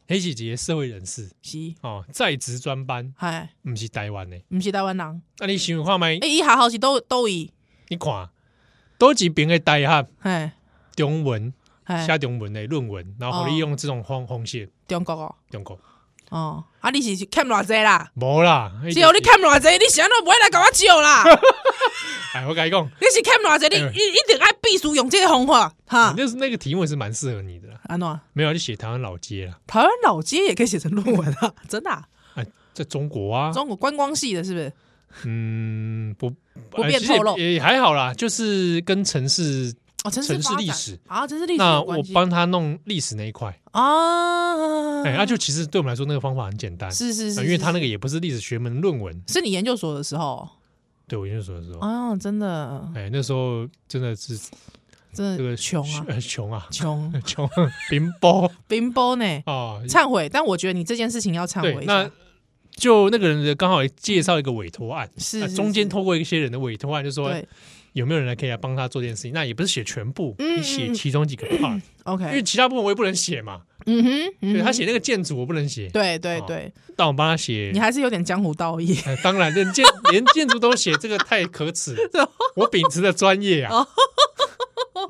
S2: 黑喜杰社会人士
S3: 是？
S2: 哦，在职专班，
S3: 嗨，
S2: 不是台湾的，
S3: 毋是台湾人，
S2: 那、你想看麦
S3: 诶，，伊学校是倒倒伊，
S2: 你看多几边的大学
S3: 嘿，
S2: 中文
S3: 嘿，
S2: 写中文的论文，然后
S3: 哎哦
S2: 你用这种方方式
S3: 中国哦，
S2: 中国，
S3: 哦，啊，你是欠偌济啦？
S2: 无啦，那
S3: 只有
S2: 就
S3: 你
S2: 是
S3: 欠偌济，你是安怎不会来甲我借
S2: (laughs)
S3: 啦？
S2: 哎，我跟你讲，
S3: 你是欠偌济，你
S2: 哎
S3: 你一定爱必须用这个方法，哈
S2: 你，就是那个题目是蛮适合你的啦。
S3: 安怎？
S2: 没有，你写台湾老街啦，
S3: 台湾老街也可以写成论文
S2: (laughs)
S3: 啊，真的啊、
S2: 哎，在中国啊，
S3: 中国观光系的是不是？
S2: 嗯，不
S3: 不
S2: 哎
S3: 便
S2: 其实也
S3: 透露
S2: 也还好啦，就是跟城市，
S3: 哦，城
S2: 城市
S3: 发
S2: 历
S3: 展
S2: 史
S3: 啊，城市历史
S2: 那
S3: 有
S2: 我
S3: 关系
S2: 帮他弄历史那一块，
S3: 啊，
S2: 哎，那就其实对我们来说那个方法很简单，
S3: 是是
S2: 啊
S3: 是，
S2: 因为他那
S3: 个
S2: 个也不是历史学门论文，
S3: 是你研究所的时候
S2: 对我研究所的时候，
S3: 啊，真的
S2: 哎，那时候真的是
S3: 真
S2: 这
S3: 的
S2: 个
S3: 穷啊，
S2: (laughs) 呃穷啊，
S3: 穷 (laughs)
S2: 穷贫乏
S3: 冰包呢，
S2: 啊，
S3: 忏悔，但我觉得你这件事情要忏悔
S2: 对，
S3: 一
S2: 那
S3: 下，
S2: 就那个人的刚好介绍一个委托案，
S3: 是
S2: 那
S3: 是
S2: 啊中间
S3: 是
S2: 透过一些人的委托案，就说
S3: 对
S2: 有没有人来可以来帮他做这件事情？那也不是写全部，
S3: 嗯
S2: 你写其中几个 part，、因为
S3: ，OK，
S2: 其他部分我也不能写嘛。
S3: 嗯哼，嗯
S2: 对
S3: 哼
S2: 他写那个建筑我不能写，
S3: 对对
S2: 哦
S3: 对，
S2: 但我帮他写
S3: 你。还是有点江湖道义，
S2: 呃当然，连建 (laughs) 连建筑都写，这个太可
S3: (laughs)
S2: 耻了。我秉持的专业
S3: 哦
S2: 啊，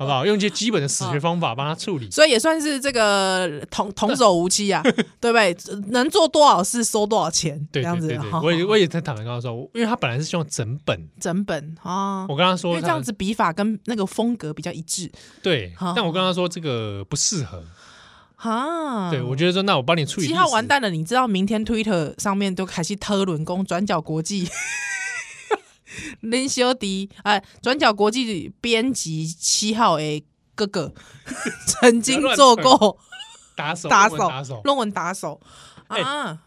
S2: (laughs) 好不好？用一些基本的史学方法帮他处理。
S3: 所以也算是这个童童叟无欺
S2: (laughs)
S3: 啊，对不对？能做多少事收多少钱，
S2: 对
S3: 这样
S2: 对
S3: 子哦
S2: 对，对，
S3: 哈
S2: 我也我也在坦白跟他说，因为他本来是用整本，
S3: 整本啊，
S2: 我跟他
S3: 因
S2: 说
S3: 为这样
S2: 他
S3: 子哦笔法跟那个风格比较一致
S2: 对
S3: 好，
S2: 但我跟他说这个不适合。
S3: 哈。
S2: 对，我觉得说那我帮你处理
S3: 七
S2: 历
S3: 号
S2: 史
S3: 完蛋了，你知道明天 Twitter 上面都开始特伦公转角国际。 (laughs) 林修迪，哎，转角国际编辑七号的
S2: (laughs)
S3: 哥哥曾经做过
S2: 打手
S3: 打
S2: 问
S3: 手
S2: 打手，
S3: 论文打手
S2: 哎
S3: 啊，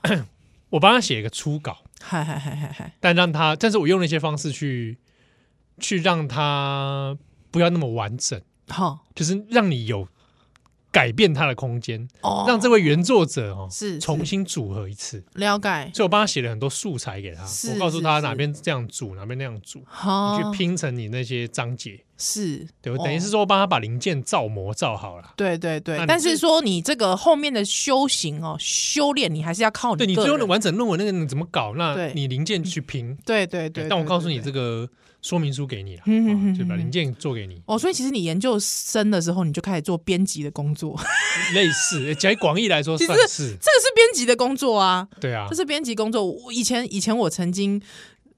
S2: 我帮他写一个初稿，
S3: 嗨嗨嗨嗨嗨，
S2: 但让他，但是我用了一些方式去去让他不要那么完整，
S3: 好
S2: 就是让你有改变他的空间，
S3: 哦，
S2: 让这位原作者哦
S3: 是
S2: 重新组合一次。
S3: 了解，
S2: 所以我帮他写了很多素材给他，
S3: 是
S2: 我告诉他
S3: 是是
S2: 哪边这样组，哪边那样组，
S3: 好
S2: 你去拼成你那些章节。
S3: 是，
S2: 对我
S3: 哦
S2: 等于是说帮他把零件造模造好了。
S3: 对对
S2: 那
S3: 对，
S2: 你
S3: 但
S2: 就是
S3: 说你这个后面的修行哦，修炼你还是要靠哦你
S2: 对你
S3: 个
S2: 最后的
S3: 人
S2: 完整论文那个你怎么搞？那
S3: 对
S2: 你零件去拼。
S3: 对对
S2: 对，
S3: 对对，
S2: 哎但我告诉你
S3: 对
S2: 这个说明书给你了，
S3: 嗯嗯嗯
S2: 哦就把
S3: 嗯嗯
S2: 零件做给你。
S3: 哦，所以其实你研究生的时候，你就开始做编辑的工作， (laughs)
S2: 类似，诶讲广义来说
S3: 其实
S2: 算是
S3: 这个是编辑的工作啊，
S2: 对啊
S3: 这，是编辑工作。我以前以前我曾经，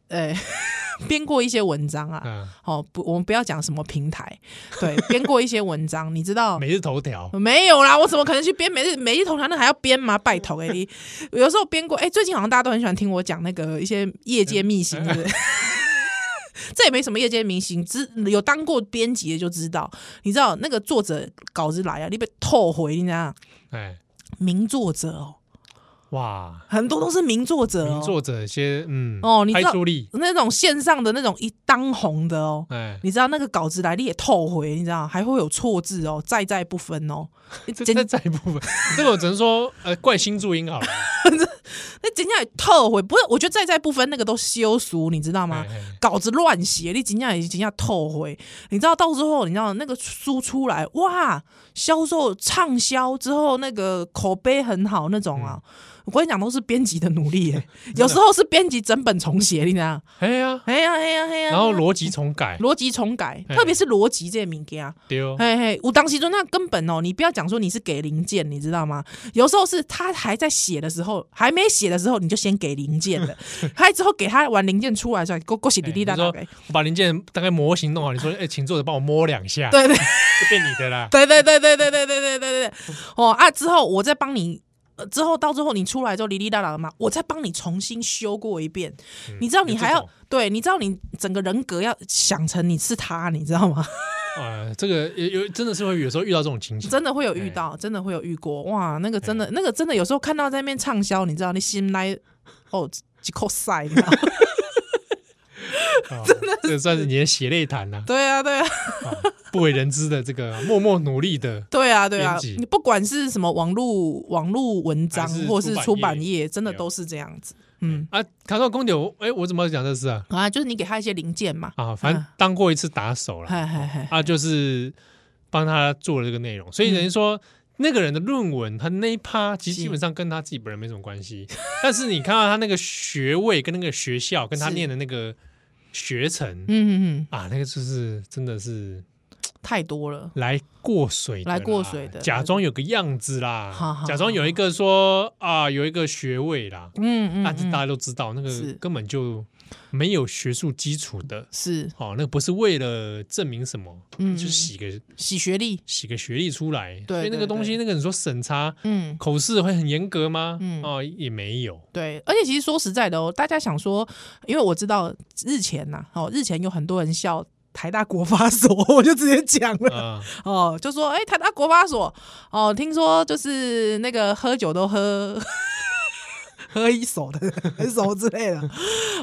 S3: 呃， (laughs) 编过一些文章啊。
S2: 嗯，
S3: 好、不，我们不要讲什么平台，对，编过一些文章，你知道。
S2: 每日头条，
S3: 没有啦，我怎么可能去编每日每日头条？那还要编吗？拜托哎、
S2: (laughs)
S3: 你有时候编过哎、最近好像大家都很喜欢听我讲那个一些业界秘辛，对不
S2: 嗯
S3: 对？ (laughs) 这也没什么业界明星，只有当过编辑的就知道。你知道那个作者稿子来啊，你被透回，你知道
S2: 哎，
S3: 名作者哦，
S2: 哇，
S3: 很多都是名作者哦，
S2: 名作者一些嗯
S3: 哦你知
S2: 拍
S3: 道
S2: 出力，
S3: 那种线上的那种一当红的哦。
S2: 哎，
S3: 你知道那个稿子来历也透回，你知道还会有错字哦，在在不
S2: (laughs)
S3: 分哦。你
S2: 这
S3: 真
S2: 这这一部
S3: (laughs)
S2: 分，这个我只能说呃怪新注音好了，
S3: 那真正透回，不是？我觉得在在不分那个都羞俗，你知道吗
S2: 哎？哎
S3: 稿子乱写，你真正已经要透回。你知道到时候，你知道那个书出来，
S2: 嗯
S3: 哇，销售畅销之后，那个口碑很好那种啊。我跟你讲，都是编辑的努力
S2: (laughs)
S3: 耶，有时候是编辑整本重写，你知道？ (laughs)
S2: 哎呀，
S3: 哎呀哎呀哎呀！
S2: 然后逻辑重
S3: (laughs)
S2: 改，
S3: 逻辑重改，
S2: 嘿
S3: 特别是逻辑这物件，
S2: 对哦，
S3: 嘿嘿，我当时就那根本哦，你不要讲说你是给零件，你知道吗？有时候是他还在写的时候，还没写的时候，你就先给零件
S2: (laughs)
S3: 了，还之后给他玩零件出来出来，恭恭喜滴滴
S2: 你
S3: 答答
S2: 说
S3: 给，
S2: 我把零件大概模型弄好，你说哎，请作者帮我摸两下，
S3: 对对
S2: 就变你的啦。
S3: 对对对对对对对对对对，哦啊，之后我再帮你。呃之后到最后你出来之后，哩哩啦啦的嘛，我再帮你重新修过一遍。你知道你
S2: 嗯有这
S3: 还要
S2: 种
S3: 对，你知道你整个人格要想成你是他，你知道吗？
S2: 啊，这个有有真的是会有时候遇到这种情形，
S3: 真的会有遇到，真的会有遇过，哇，那个真的，那个真的有时候看到在那边畅销，你知道，你心来哦，几口塞，你
S2: (laughs)
S3: 知道
S2: 啊这个算是你的血泪谈呐，
S3: 对啊，对啊，
S2: 啊不为人知的这个默默努力的，
S3: 对啊，对啊
S2: 编辑，
S3: 你不管是什么网络网络文章
S2: 还是
S3: 或是
S2: 出
S3: 出
S2: 版
S3: 版
S2: 业
S3: 业，真的
S2: 对啊
S3: 都是这样子，嗯，
S2: 啊，卡到公牛，我哎，我怎么讲这事啊？
S3: 啊，就是你给他一些零件嘛，
S2: 啊，反正当过一次打手
S3: (laughs)
S2: 了，
S3: 嗨嗨嗨，
S2: 啊，就是帮他做了这个内容，所以等于说、那个人的论文，他那一趴其实
S3: 嗯是
S2: 基本上跟他自己本人没什么关系， (laughs) 但是你看到他那个学位跟那个学校跟他
S3: 是
S2: 念的那个学程。
S3: 嗯嗯嗯，
S2: 啊，那个就是真的是
S3: 太多了，
S2: 来过水的啦，
S3: 来过水的
S2: 假装有个样子啦，
S3: 好好
S2: 假装有一个说啊，有一个学位啦，
S3: 嗯嗯
S2: 但是大
S3: 嗯，
S2: 家都知道，那个
S3: 是
S2: 根本就没有学术基础的，
S3: 是
S2: 哦，那个不是为了证明什么，
S3: 嗯
S2: 就洗个
S3: 洗学历，
S2: 洗个学历出来，
S3: 对
S2: 所以那个
S3: 对
S2: 东西，
S3: 对
S2: 那个你说审查
S3: 嗯。
S2: 口试会很严格吗？
S3: 嗯
S2: 哦，也没
S3: (laughs)
S2: 有，
S3: 对，而且其实说实在的哦，大家想说，因为我知道日前呐、哦，日前有很多人笑台大国发所， (laughs) 我就直接讲了、
S2: 啊，
S3: 哦，就说哎、台大国发所哦，听说就是那个喝酒都喝 (laughs) 喝一手的， (laughs) 很手之类的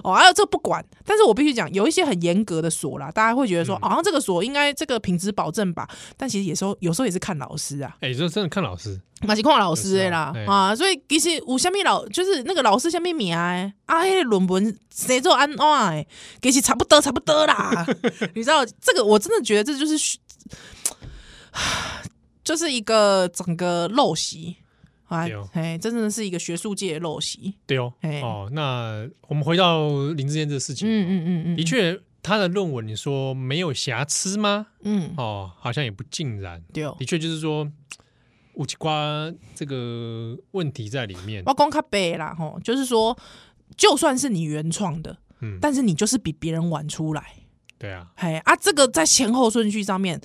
S3: 哦，还有这不管，但是我必须讲，有一些很严格的所啦，大家会觉得说，哦好、像、这个所应该这个品质保证吧，但其实有时候有时候也是看老师啊，
S2: 哎，这真的看老师，
S3: 嘛是看老师的啦
S2: 有时候嘿
S3: 啊，所以其实有虾米老，就是那个老师虾米名的啊，迄、个论文写作安怎的，其实差不多差不
S2: (laughs)
S3: 多啦。你知道这个，我真的觉得这就是虚，就是一个整个陋习啊
S2: 对哦，
S3: 哎，这真的是一个学术界的陋习。
S2: 对哦，
S3: 哎
S2: 哦，那我们回到林志坚这个事情，
S3: 嗯嗯嗯嗯，
S2: 的确，他的论文你说没有瑕疵吗？
S3: 嗯，
S2: 哦，好像也不尽然，
S3: 对。哦
S2: 的确就是说，乌鸡瓜这个问题在里面，
S3: 我讲较白啦吼，就是说，就算是你原创的，
S2: 嗯
S3: 但是你就是比别人晚出来。
S2: 对啊，
S3: 哎啊，这个在前后顺序上面，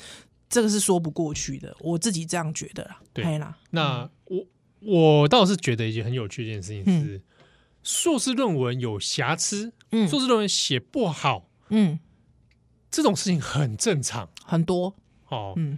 S3: 这个是说不过去的，我自己这样觉得啦。
S2: 对
S3: 嘿啦，
S2: 那我我倒是觉得一件很有趣的一件事情是，硕士论文有瑕疵，
S3: 嗯
S2: 硕士论文写不好，
S3: 嗯，
S2: 这种事情很正常
S3: 很多，
S2: 哦。
S3: 嗯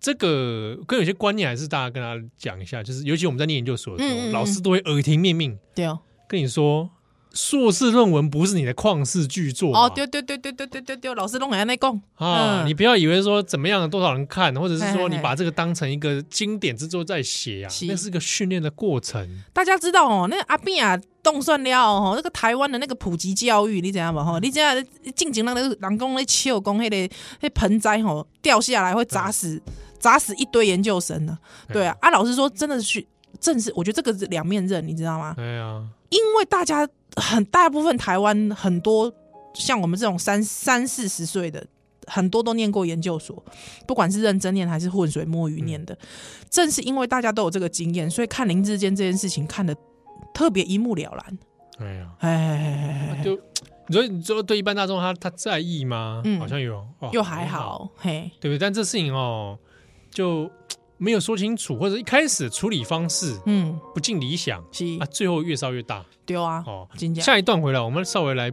S2: 这个跟有些观念还是大家跟他讲一下，就是尤其我们在念研究所的时候，
S3: 嗯嗯嗯
S2: 老师都会耳提面命
S3: 对哦，
S2: 跟你说，硕士论文不是你的旷世巨作嘛
S3: 哦，对对对对对对对对，老师拢会安尼讲
S2: 啊，
S3: 嗯
S2: 你不要以为说怎么样多少人看，或者是
S3: 嘿
S2: 说
S3: 嘿
S2: 你
S3: 嘿
S2: 把这个当成一个经典之作在写啊，
S3: 是
S2: 那是个训练的过程。
S3: 大家知道哦，那阿扁啊动算了哦，那个台湾的那个普及教育，你知道吗？吼，你知道近前那个人讲咧笑讲那个那盆栽吼掉下来会砸死砸死一堆研究生呢、
S2: 嗯
S3: 啊。对啊，啊，老师说真的是。正是我觉得这个是两面刃，你知道吗？
S2: 哎呀，
S3: 因为大家很大部分台湾很多像我们这种三三四十岁的，很多都念过研究所，不管是认真念还是浑水摸鱼念的，正是因为大家都有这个经验，所以看林志坚这件事情看得特别一目了然。
S2: 哎呀，
S3: 哎哎哎哎哎，
S2: 就你说你说对一般大众他他在意吗？
S3: 嗯
S2: 好像有，哦
S3: 又还，好，嘿，
S2: 对不对？但这事情哦，就没有说清楚，或者一开始处理方式
S3: 嗯，
S2: 不尽理想
S3: 是
S2: 啊，最后越烧越大
S3: 对啊，
S2: 哦。
S3: 真正
S2: 下一段回来，我们稍微来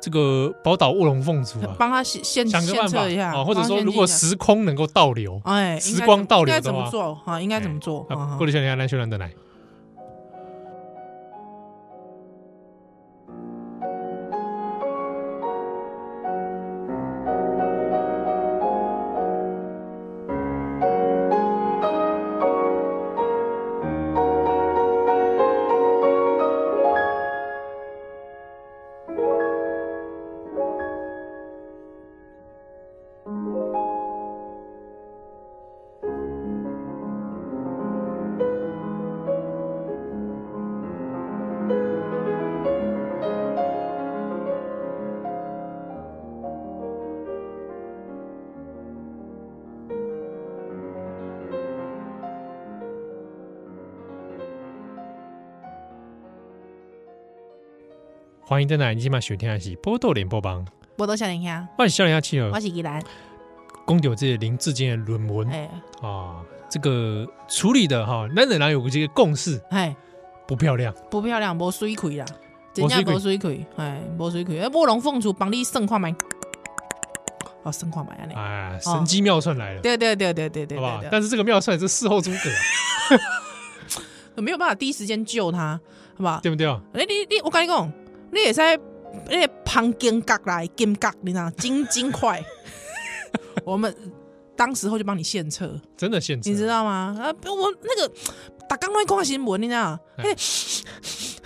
S2: 这个宝岛卧龙凤雏啊，
S3: 帮他先 (laughs) 先
S2: 想个
S3: 先
S2: 办法
S3: 测一下，
S2: 啊，或者
S3: 帮他
S2: 说
S3: 先
S2: 如果
S3: 记一下
S2: 时空能够倒流。
S3: 哎应该
S2: 时
S3: 怎么
S2: 光倒流
S3: 应该
S2: 的
S3: 怎
S2: 话
S3: 么做啊？应该怎么做？啊
S2: 啊，
S3: 啊
S2: 过了小年，来修兰的来。欢迎再来，你起码选天还是波豆脸波帮，
S3: 我都想一下，
S2: 万笑脸下企
S3: 我
S2: 鹅，
S3: 是依兰，
S2: 公牛这林志坚的论文
S3: 哎
S2: 啊，这个处理的哈，那仍然有这个共识，
S3: 哎，
S2: 不漂亮，
S3: 不漂亮，无水亏啦，真正
S2: 无
S3: 无水亏，哎，无水亏，哎，卧龙凤雏帮你算看卖，哦，算看卖安尼，
S2: 哎，神机妙算来了，
S3: 对对对对对对
S2: 好不好
S3: 哦对？对，
S2: 但是这个妙算是事后诸葛啊，
S3: 没有办法第一时间救他，好 (laughs) 吧？
S2: 啊对不对？
S3: 你你你，我跟你讲，你也使那个旁金角来金角，你知道金
S2: (laughs)
S3: 金块，我们当时候就帮你献策，
S2: 真的限制，
S3: 你知道吗？啊，我那个打刚乱看新闻，你知道？
S2: 哎
S3: 嘿，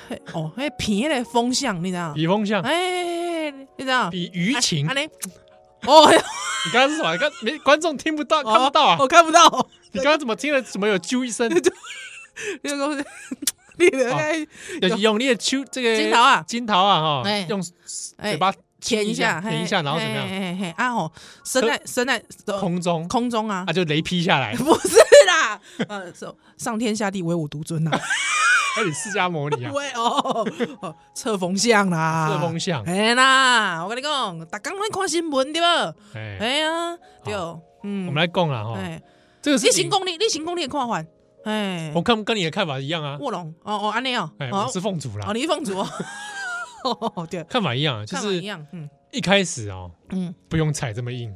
S3: 嘿哦，那偏那个风向，你知道？
S2: 比风向，
S3: 哎，你知道？
S2: 比舆情，
S3: 安尼，哦，
S2: 你刚刚是什么？刚没观众听不到，看不到啊
S3: 我！看不到，
S2: 你刚刚怎么听了？怎么有啾一
S3: (laughs)
S2: 声？
S3: 你个你的该
S2: 就是用力的啾这个
S3: 金头啊
S2: 金桃啊哈
S3: 哎，
S2: 用
S3: 哎
S2: 嘴巴
S3: 舔一下，哎
S2: 舔一下，
S3: 嘿
S2: 然后怎么？样？
S3: 嘿嘿嘿嘿啊哦，身在身在
S2: 空中
S3: 哎空中啊，
S2: 啊，，就雷劈下来
S3: (laughs) 不是啦，呃，上上天下地唯我独尊呐、
S2: 而且释迦摩尼啊，
S3: 喂哦，哦测风向啦，
S2: 射风向，
S3: 哎啦，我跟你讲，大刚在看新闻对吧？
S2: 哎，
S3: 哎呀，对，嗯，
S2: 我们来供了哈，
S3: 哎，
S2: 这个
S3: 你
S2: 事
S3: 行
S2: 情，
S3: 功你你行功你的看法，哎
S2: 我，看跟你的看法一样啊，
S3: 卧龙，哦哦，安尼哦，
S2: 哎，我
S3: 哦
S2: 是凤主啦
S3: 哦，，你是凤主哦，哦对，
S2: 看法一样啊，就
S3: 看法一
S2: 是
S3: 样，嗯
S2: 一开始哦，
S3: 嗯，
S2: 不用踩这么
S3: (laughs)
S2: 硬。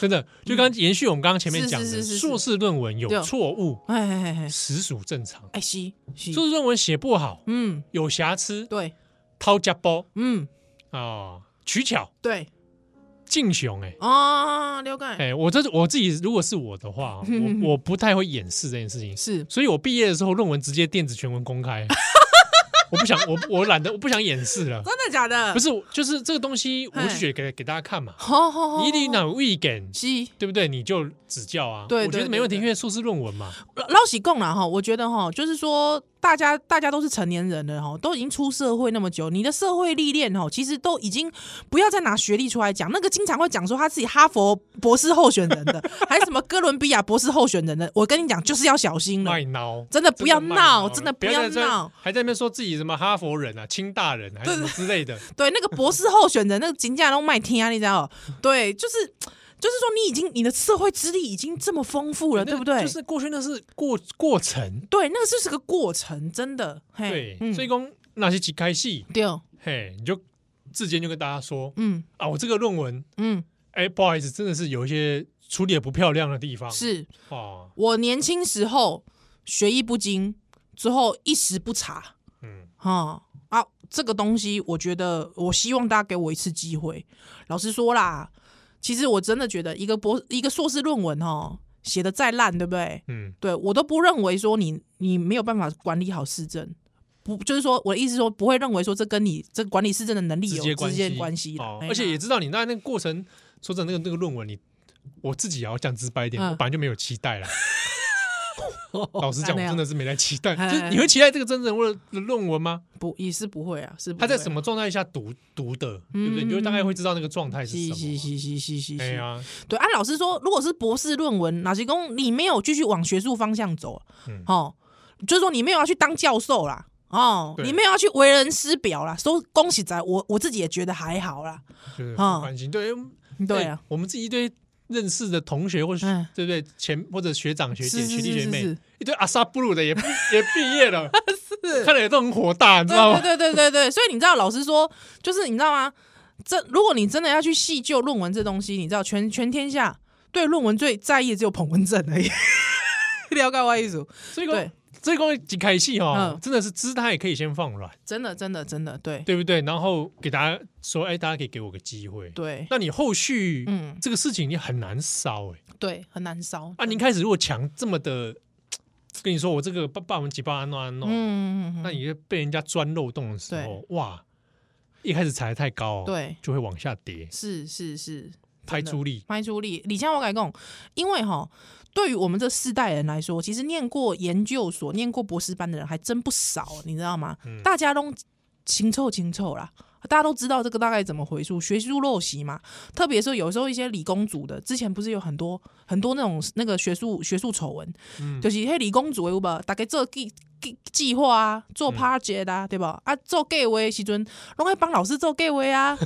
S2: 真的，就刚延续我们刚刚前面
S3: 是
S2: 讲
S3: 嗯
S2: 的，
S3: 是是是是
S2: 硕士论文有
S3: 对
S2: 错误，
S3: 哎哎哎哎，
S2: 实属正常。
S3: 哎是
S2: 硕
S3: 是，
S2: 士论文写不好，
S3: 嗯，
S2: 有瑕疵，
S3: 对，
S2: 掏家包
S3: 嗯
S2: 啊，取巧，
S3: 对，
S2: 敬雄哎、欸
S3: 哦，了解，
S2: 哎、我这我自己如果是我的话，哦
S3: (laughs)
S2: 我我不太会掩饰这件事情，
S3: 是
S2: 所以我毕业的时候论文直接电子全文公
S3: (laughs)
S2: 开，我不想我我懒得我不想掩饰了，
S3: 真的假的？
S2: 不是就是这个东西，我
S3: 嘿
S2: 就觉得给给大家看嘛，
S3: 好好好，
S2: 你一定哪 w e g
S3: 是
S2: 对不对？你就指教啊，
S3: 对
S2: 我觉
S3: 对
S2: 得
S3: 对
S2: 没问题，
S3: 对
S2: 因为硕士论文嘛，
S3: 老老喜共啦哈，我觉得哈，就是说大家大家都是成年人了哈，都已经出社会那么久，你的社会历练哈，其实都已经不要再拿学历出来讲，那个经常会讲说他自己哈佛博士候选人的，还是什么哥伦比亚博士候选人的，我跟你讲就是要小心了，
S2: 卖孬。
S3: 真的不要
S2: 真的卖孬
S3: 闹，真的不
S2: 不
S3: 要
S2: 在这
S3: 闹，，
S2: 还在那边说自己什么哈佛人啊、清大人还是什么之类的，
S3: 对，那个博士候选人，那个金价都卖天啊，你知道？对，就是就是说你已经你的社会资历已经这么丰富了，对不对？
S2: 就是过去那是过过程，
S3: 对，那个就是个过程，真的。嘿嗯
S2: 对，所以讲那些几开戏，
S3: 对，哦
S2: 嘿，你就之前就跟大家说
S3: 嗯
S2: 啊，我这个论文，
S3: 嗯。
S2: 哎，不好意思，真的是有一些处理的不漂亮的地方，
S3: 是
S2: 哦，
S3: 我年轻时候学艺不精，之后一时不察，
S2: 嗯，
S3: 啊、啊，这个东西我觉得，我希望大家给我一次机会。老实说啦，其实我真的觉得一个博一个硕士论文哦，写的再烂，对不对？
S2: 嗯，
S3: 对我都不认为说你你没有办法管理好市政。不，就是说，我的意思是说，不会认为说这跟你这管理市政的能力
S2: 直
S3: 有
S2: 接关
S3: 直接
S2: 系
S3: 关系啦
S2: 哦
S3: 哎呀
S2: 而且也知道你那那个过程，说真的，那个那个论文你。我自己也要讲直白一点，
S3: 嗯
S2: 我本来就没有期待
S3: (laughs)
S2: 啦。老实讲，
S3: 那
S2: 我
S3: 样
S2: 真的是没来期待。
S3: (laughs) 哎
S2: 就是你会期待这个真人物的论文吗？
S3: 不也是不会啊，是不
S2: 他在
S3: 会
S2: 什么状态下读读的，对
S3: 嗯
S2: 不对？你就大概会知道那个状态是
S3: 是
S2: 什
S3: 是
S2: 么。
S3: 是是是是
S2: 哎
S3: 是，
S2: 呀，
S3: 对啊，老师说，如果是博士论文，老师公你没有继续往学术方向走，
S2: 嗯
S3: 哦，就是说你没有要去当教授啦，哦，
S2: 对
S3: 你没有要去为人师表啦，说恭喜仔，我我自己也觉得还好啦，
S2: 就是
S3: 哦
S2: 很关心。对，
S3: 对
S2: 哎
S3: 啊，
S2: 我们自己一堆认识的同学或学
S3: 嗯
S2: 对不对前或者学长学姐
S3: 啊是是
S2: 学弟
S3: 是
S2: 学妹
S3: 是，
S2: 一堆阿萨布鲁的也也毕业
S3: (laughs)
S2: 了，看了也都很火大，你知道
S3: 对
S2: 吗？
S3: 对对对对，所以你知道，老师说，就是你知道吗？这如果你真的要去细究论文这东西，你知道全全天下对论文最在意的只有彭文正而已， (laughs) 了解我意思？
S2: 所以
S3: 对
S2: 说，，所以说几开戏哦
S3: 嗯，
S2: 真的是姿态可以先放软，
S3: 真的真的真的，对
S2: 对不对？然后给大家说，哎，大家可以给我个机会。
S3: 对
S2: 那你后续
S3: 嗯
S2: 这个事情你很难烧哎
S3: 对，很难烧
S2: 啊！你，开始如果强这么的，跟你说我这个爸爸们几巴安诺安诺，
S3: 嗯嗯嗯嗯
S2: 那你就被人家钻漏洞的时候，哇，一开始踩得太高、哦，，
S3: 对。
S2: 就会往下跌，
S3: 是是是，
S2: 拍出力，
S3: 拍出力。李强，我改讲，因为哈，对于我们这世代人来说，其实念过研究所、念过博士班的人还真不少，你知道吗？大家都清臭清臭啦。大家都知道这个大概怎么回溯，学术陋习嘛。特别是有时候一些理工组的，之前不是有很多很多那种那个学术学术丑闻，就是迄理工组的有无？大概做计计计划啊，做 project 啊，对吧？啊，做计划的时阵，拢爱帮老师做计划啊，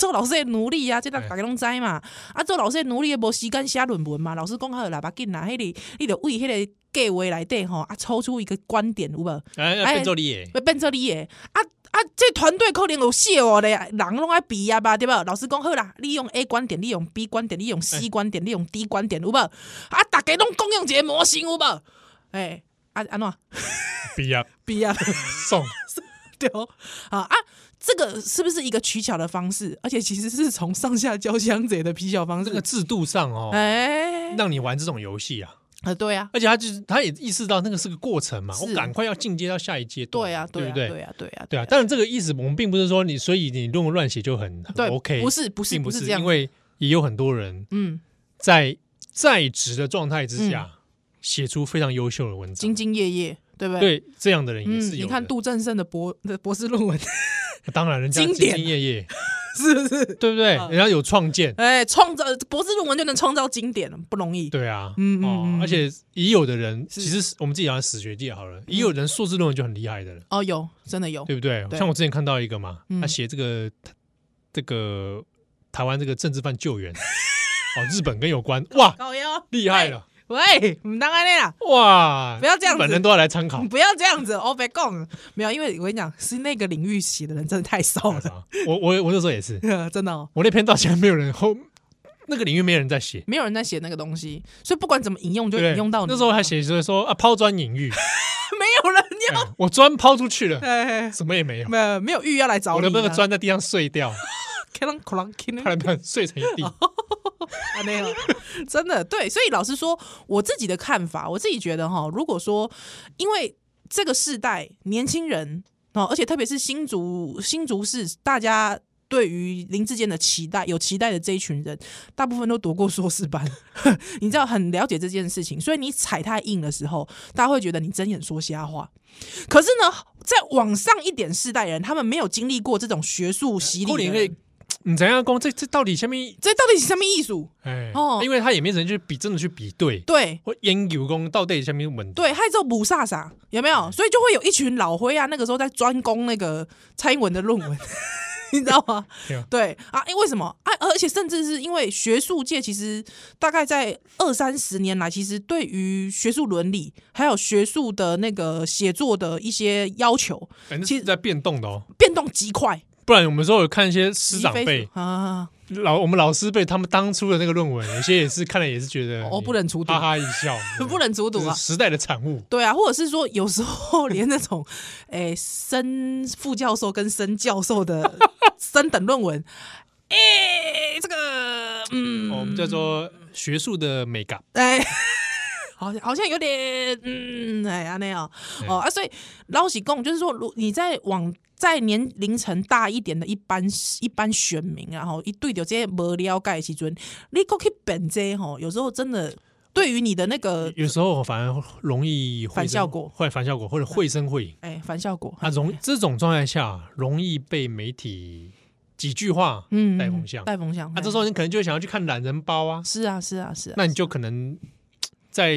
S3: 做老师的奴隶啊，这大大家拢知嘛。啊，做老师的奴隶无时间写论文嘛，老师讲好啦，把紧啊啦，迄个你得为迄个计划内底吼啊，抽出一个观点有无？
S4: 哎，要
S3: 哎
S4: 变做你耶，
S3: 要变做你诶。啊啊，这团队可能有写我的人拢爱比啊吧，对吧？老师讲好啦，你用 A 观点，你用 B 观点，你用 C 观点，你用 D 观点，有无？啊，大家拢共用一个模型，有无？诶、啊安怎
S2: (laughs) 比啊
S3: 比啊？
S2: 送，
S3: (laughs) 对哦，啊啊，这个是不是一个取巧的方式？而且其实是从上下交相者的取巧方
S2: 这个
S3: 式。
S2: 制度上哦，
S3: 哎、
S2: 让你玩这种游戏啊，
S3: 啊，对啊，
S2: 而且他就是他也意识到那个是个过程嘛，
S3: 是
S2: 我赶快要进阶到下一阶段，
S3: 对啊，
S2: 对
S3: 啊，
S2: 不对？
S3: 对啊，对啊，
S2: 对啊，当然这个意思我们并不是说你，所以你论文乱写就很很
S3: 对
S2: OK，
S3: 不是不是
S2: 并不
S3: 不是这样
S2: 因为也有很多人
S3: 嗯，
S2: 在在职的状态之下写出非常优秀的文章
S3: 兢，兢业业，对不对？
S2: 对这样的人也
S3: 嗯，
S2: 是有的。
S3: 你看杜振胜的博 (laughs) 的博士论文，
S2: 当然人家兢
S3: 经典嗯
S2: 兢业业， (laughs)
S3: 是不是？
S2: 对不对？人家有创建，
S3: 哎，创造博士论文就能创造经典了，不容易。
S2: 对啊，
S3: 嗯嗯
S2: 哦
S3: 嗯
S2: 而且已有的人，其实是我们自己讲史学界好了，已有人硕士论文就很厉害的了，
S3: 哦，有，真的有。
S2: 对不对？
S3: 对
S2: 像我之前看到一个嘛，
S3: 嗯
S2: 他写这个这个台湾这个政治犯救援，
S3: (laughs)
S2: 哦，日本跟有关，哇，
S3: 高腰，
S2: 厉害了。
S3: 喂，唔当安尼啦，
S2: 哇，
S3: 不要这样
S2: 日
S3: 子
S2: 本人都要来
S3: (laughs)。
S2: 参考
S3: 不要这样子，我别讲。没有，因为我跟你讲，是那个领域写的人真的太少 (laughs) 了，
S2: 我我我那时候也是，
S3: 真的哦。
S2: 我那篇到现在没有人后，那个领域没有人在写。
S3: 没有人在写那个东西，所以不管怎么引用，就
S2: 对不对，
S3: 引用到你。
S2: 那时候还写说说啊抛砖引玉，
S3: (laughs) 没有人要，
S2: 嗯我砖抛出去了，
S3: (laughs) 哎，
S2: 什么也没有，
S3: 没有没有玉要来找
S2: 我
S3: 你
S2: 的
S3: 啊，
S2: 那个砖在地上碎掉，
S3: 哐 (laughs) 啷哐啷哐
S2: (laughs)
S3: 啷
S2: 它能碎成一地。 (laughs)
S3: 啊，没有，真的对。所以老实说，我自己的看法，我自己觉得哈，如果说因为这个世代年轻人哦，而且特别是新竹新竹市，大家。对于林志坚的期待，有期待的这一群人，大部分都读过硕士班， (laughs) 你知道很了解这件事情，所以你踩太硬的时候，大家会觉得你睁眼说瞎话。可是呢，在往上一点世代人，他们没有经历过这种学术洗
S2: 过
S3: 礼
S2: 年
S3: 的
S2: 可以
S3: 人，，
S2: 你怎样讲？这这到底下面？
S3: 这到底是什么艺术？
S2: 哎，
S3: 哦
S2: 因为他也没人去比，真的去比对
S3: 对，
S2: 或研究工到底下面稳。
S3: 对，害之后补萨啥有没有？所以就会有一群老灰啊，那个时候在专攻那个蔡英文的论文， (laughs) 你知道吗
S2: 对啊？
S3: 对啊，因为什么啊？而且甚至是因为学术界其实大概在二三十年来，其实对于学术伦理还有学术的那个写作的一些要求
S2: 反正
S3: 其
S2: 是
S3: 实
S2: 在变动的哦。
S3: 变动极快，
S2: 不然我们说有看一些师
S3: 极
S2: 长
S3: 飞
S2: 辈
S3: 速啊，
S2: 老我们老师辈他们当初的那个论文，有些也是看了也是觉得
S3: (laughs) 哦不忍卒
S2: (laughs)
S3: 读
S2: 哈哈一笑，
S3: (laughs) 不能阻
S2: 这
S3: 堵啊
S2: 是。时代的产物。
S3: 对啊，或者是说，有时候 (laughs) 连那种，诶、升副教授跟升教
S2: (laughs)
S3: 授的升等论文，诶、这个，嗯，
S2: 哦我们叫做学术的美感，
S3: 哎、 (laughs) 好像好像有点，嗯，哎呀那样哦啊，所以老实讲，就是说，如你在往在年龄层大一点的一般一般选民啊，然后一对着这些无了解的时阵，你过去本这吼、有时候真的对于你的那个，
S2: 有时候反而容易会
S3: 反
S2: 声
S3: 效果
S2: 会反效果或者会声会影
S3: 哎、反效果，
S2: 啊，容这种状态下容易被媒体几句话
S3: 嗯，
S2: 带风向
S3: 带风向
S2: 啊，这时候你可能就会想要去看懒人包啊，
S3: 是啊，是啊，是啊，
S2: 那你就可能在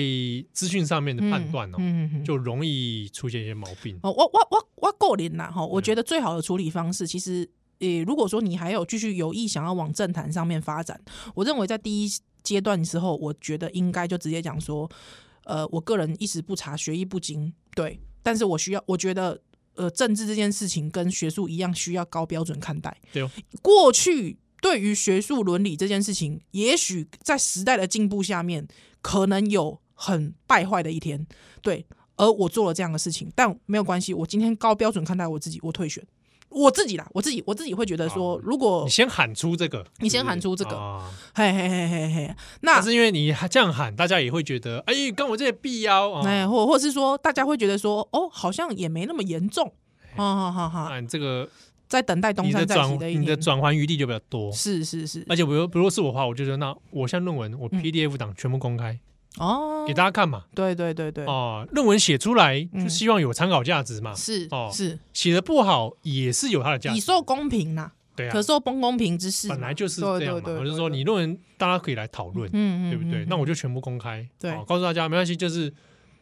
S2: 资讯上面的判断哦，
S3: 嗯嗯嗯嗯
S2: 就容易出现一些毛病。
S3: 哦，我我我我个人啦哈，我觉得最好的处理方式，其实呃，如果说你还有继续有意想要往政坛上面发展，我认为在第一阶段之后，我觉得应该就直接讲说，呃，我个人一时不察，学艺不精，对，但是我需要，我觉得。呃，政治这件事情跟学术一样，需要高标准看待。
S2: 对哦，
S3: 过去对于学术伦理这件事情，也许在时代的进步下面，可能有很败坏的一天。对，而我做了这样的事情，但没有关系，我今天高标准看待我自己，我退选。我自己啦，我自己，我自己会觉得说
S2: 哦，
S3: 如果
S2: 你先喊出这个，
S3: 你先
S2: 是不是
S3: 喊出这个
S2: 啊
S3: 嘿嘿嘿嘿嘿，那
S2: 但是因为你这样喊，大家也会觉得，哎，跟我这些必要啊，
S3: 哎，或或是说，大家会觉得说，哦，好像也没那么严重，哈哈哈哈，
S2: 啊，你这个
S3: 在等待东
S2: 你的
S3: 山再起
S2: 转
S3: 的一
S2: 你的
S3: 年，
S2: 转哎还余地就比较多。
S3: 是是是，
S2: 而且，比如，比如果是我的话，我就觉得，那我像论文，我 PDF 档全部公开，
S3: 嗯哦
S2: 给，大家看嘛。
S3: 对对对对，
S2: 啊、论文写出来就希望有参考价值嘛，
S3: 是
S2: 哦
S3: 是，
S2: 写的不好也是有它的价
S3: 以
S2: 值。
S3: 受公平啦，
S2: 对啊
S3: 可，受公公平之事嘛，
S2: 本来就是
S3: 对
S2: 这样嘛。
S3: 对对
S2: 我
S3: 对
S2: 就说
S3: 对
S2: 你论文大家可以来讨论，
S3: 嗯嗯，
S2: 对不对？
S3: 嗯
S2: 那我就全部公开，
S3: 对
S2: 哦告诉大家没关系，就是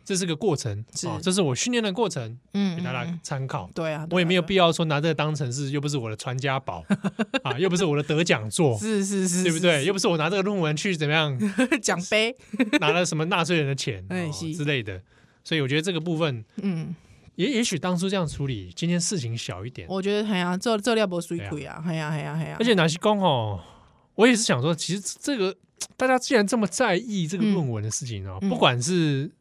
S2: 这是个过程，
S3: 是
S2: 哦这是我训练的过程，
S3: 嗯
S2: 给大家
S3: 嗯
S2: 参考。
S3: 对啊，对
S2: 我也
S3: 啊
S2: 没有
S3: 对啊
S2: 必要说拿这个当成是又不是我的传家
S3: (laughs)
S2: 宝啊，又不是我的得奖作，
S3: 是是是，
S2: 对不对？又不是我拿这个论文去怎么样
S3: (laughs) 对？奖杯，
S2: 拿了什么纳税人的钱、
S3: 哎
S2: 哦
S3: 是
S2: 之类的，所以我觉得这个部分
S3: 嗯，
S2: 也也许当初这样处理，今天事情小一点。
S3: 我觉得哎呀，这这料不水亏啊，哎呀哎呀哎呀，
S2: 而且南希公哦，我也是想说，其实这个大家既然这么在意这个
S3: 嗯
S2: 论文的事情哦，
S3: 嗯
S2: 不管是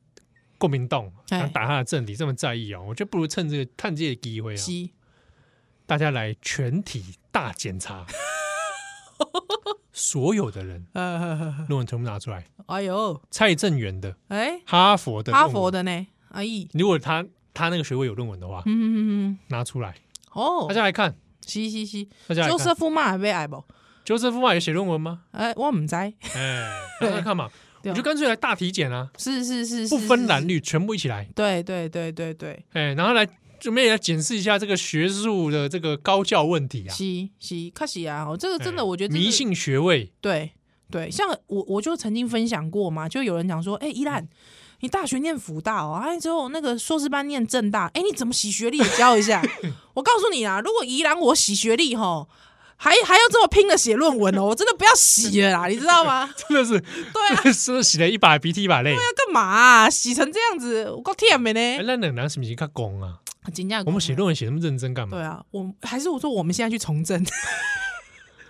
S2: 郭明栋
S3: 哎
S2: 想打他的政敌这么在意哦，我觉得不如趁这个探界的机会啊，
S3: 是
S2: 大家来全体大检
S3: (laughs)
S2: 查，所有的人
S3: 呃呵呵呵，
S2: 论文全部拿出来，
S3: 哎呦，
S2: 蔡正元的、
S3: 哎，
S2: 哈佛的、
S3: 哈佛，的呢，阿姨，
S2: 如果他他那个学位有论文的话，
S3: 嗯嗯嗯，
S2: 拿出来，
S3: 哦
S2: 大，家来看，
S3: 是是是，
S2: 啊大家来
S3: 就
S2: 看
S3: 是，富妈被爱不？
S2: 纠正夫嘛有写论文吗？
S3: 哎，我唔知，
S2: 哎，大家看嘛，
S3: (laughs) 对啊
S2: 我就干脆来大体检啊，
S3: 是是是，
S2: 不
S3: 是
S2: 分蓝，绿，全部一起来，
S3: 是对对对对对，
S2: 哎，然后来准备来检视一下这个学术的这个高教问题啊，
S3: 是是，确实啊，哦，这个真的，
S2: 哎
S3: 我觉得这
S2: 迷
S3: 是
S2: 信学
S3: (laughs)
S2: 位，
S3: 对对，像我我就曾经分享过嘛，就有人讲说，哎、依
S2: 嗯
S3: 兰，你大学念福大哦，哎、之后那个硕士班念正大，哎、你怎么洗学历？也教一下。 (laughs) 我告诉你啊，如果宜兰我洗学历吼，还还要这么拼的写论文哦，我真的不要洗了啦，你知道吗？ (laughs)
S2: 真的是，
S3: 对啊，
S2: 真的洗了一把鼻涕一把泪。
S3: 要干嘛、啊？洗成这样子，我够甜的
S2: 哎，
S3: 呢。
S2: 那两男是不是较公啊？
S3: 真正
S2: 我们写论文写那么认真干
S3: 对
S2: 嘛？
S3: 啊，我还是我说我们现在去从政， (laughs)
S2: (laughs)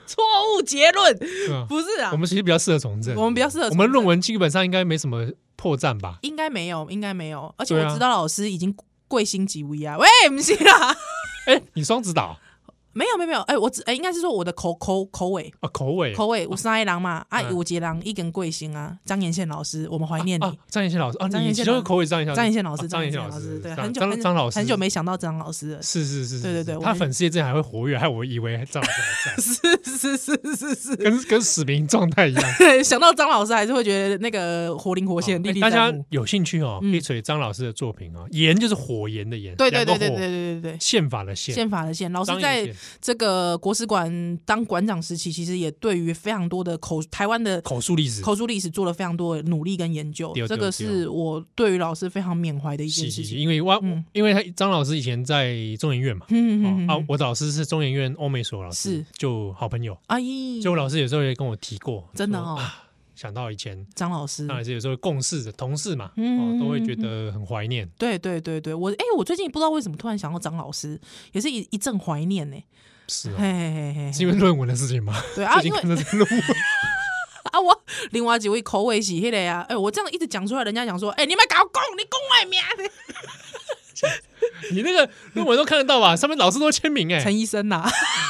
S3: 错误结论
S2: 对吧？
S3: 不是啊
S2: 我，们其实比较适合从政，
S3: 我们比较适合
S2: 我们
S3: 从
S2: 论
S3: 政
S2: 文基本上应该没什么破绽吧？
S3: 应该没有，应该没有。而且
S2: 对
S3: 我
S2: 啊
S3: 知道老师已经贵星级 V 啊，喂，不是啦， (laughs)
S2: 哎，你双子岛
S3: 没有没有没有，哎、我只哎、应该是说我的口口口尾
S2: 啊，口尾
S3: 口尾，我是一郎嘛，啊，
S2: 嗯
S3: 五杰郎一根贵星啊，张延宪老师，我们怀念
S2: 啊
S3: 你。，
S2: 张彦宪老师啊，
S3: 张
S2: 你
S3: 彦
S2: 其
S3: 宪
S2: 中
S3: 老
S2: 口尾张彦宪
S3: 张延宪老师，
S2: 啊张
S3: 延
S2: 彦宪
S3: 宪
S2: 老
S3: 老师，
S2: 师，
S3: 对，
S2: 张
S3: 很久
S2: 张张老师
S3: 很久没想到张老师了， (laughs)
S2: 是是是，是
S3: 对对对
S2: 是
S3: 我
S2: 他
S3: 们
S2: 粉丝页之前还会活跃，害我以为张老师还在，
S3: 是是是是是， (laughs)
S2: 跟跟死民状态一样。
S3: 对，想到张老师还是会觉得那个活灵活现，历
S2: 哎
S3: 历
S2: 大
S3: 在
S2: 家
S3: 目。
S2: 有兴趣哦，
S3: 嗯
S2: 可以锤张老师的作品哦，炎就是火炎的炎，
S3: 对对对
S2: 两个
S3: 对
S2: 火
S3: 对对对对，
S2: 宪法的宪，
S3: 宪法的宪，老
S2: 张
S3: 师
S2: 也
S3: 在
S2: 宪
S3: 这个国史馆当馆长时期，其实也对于非常多的口台湾的
S2: 口述历史，
S3: 口述历史做了非常多的努力跟研究
S2: 对，
S3: 这
S2: 对
S3: 个是我对于老师非常缅怀的一件
S2: 是
S3: 事
S2: 是是
S3: 情。
S2: 因为我
S3: 嗯
S2: 因为他张老师以前在中研院嘛，
S3: 嗯
S2: 哦
S3: 嗯
S2: 啊
S3: 嗯，，
S2: 我的老师是中研院欧美所老师
S3: 是，
S2: 就好朋友，
S3: 阿姨
S2: 啊就我老师有时候也跟我提过，
S3: 哎真的
S2: 说
S3: 哦，
S2: 啊想到以前。
S3: 张老师
S2: 当，然是有时候共事的同事嘛，哦，
S3: 嗯
S2: 都会觉
S3: 嗯嗯
S2: 得很怀念。
S3: 对对对对，我哎，我最近不知道为什么突然想到张老师，也是一一阵怀念呢。
S2: 是哦，
S3: 嘿嘿嘿
S2: 是
S3: 嘿，
S2: 因为论文的事情吗？
S3: 对哎
S2: (laughs)
S3: 啊，
S2: 最近
S3: 因为
S2: 看到这个论文，
S3: 啊，我另外几位口味是迄个呀，哎，我这样一直讲出来，人家讲说，哎，你们搞讲，你讲外名的
S2: 你那个论文都看得到吧？上面老师都签名哎、
S3: 陈医生呐，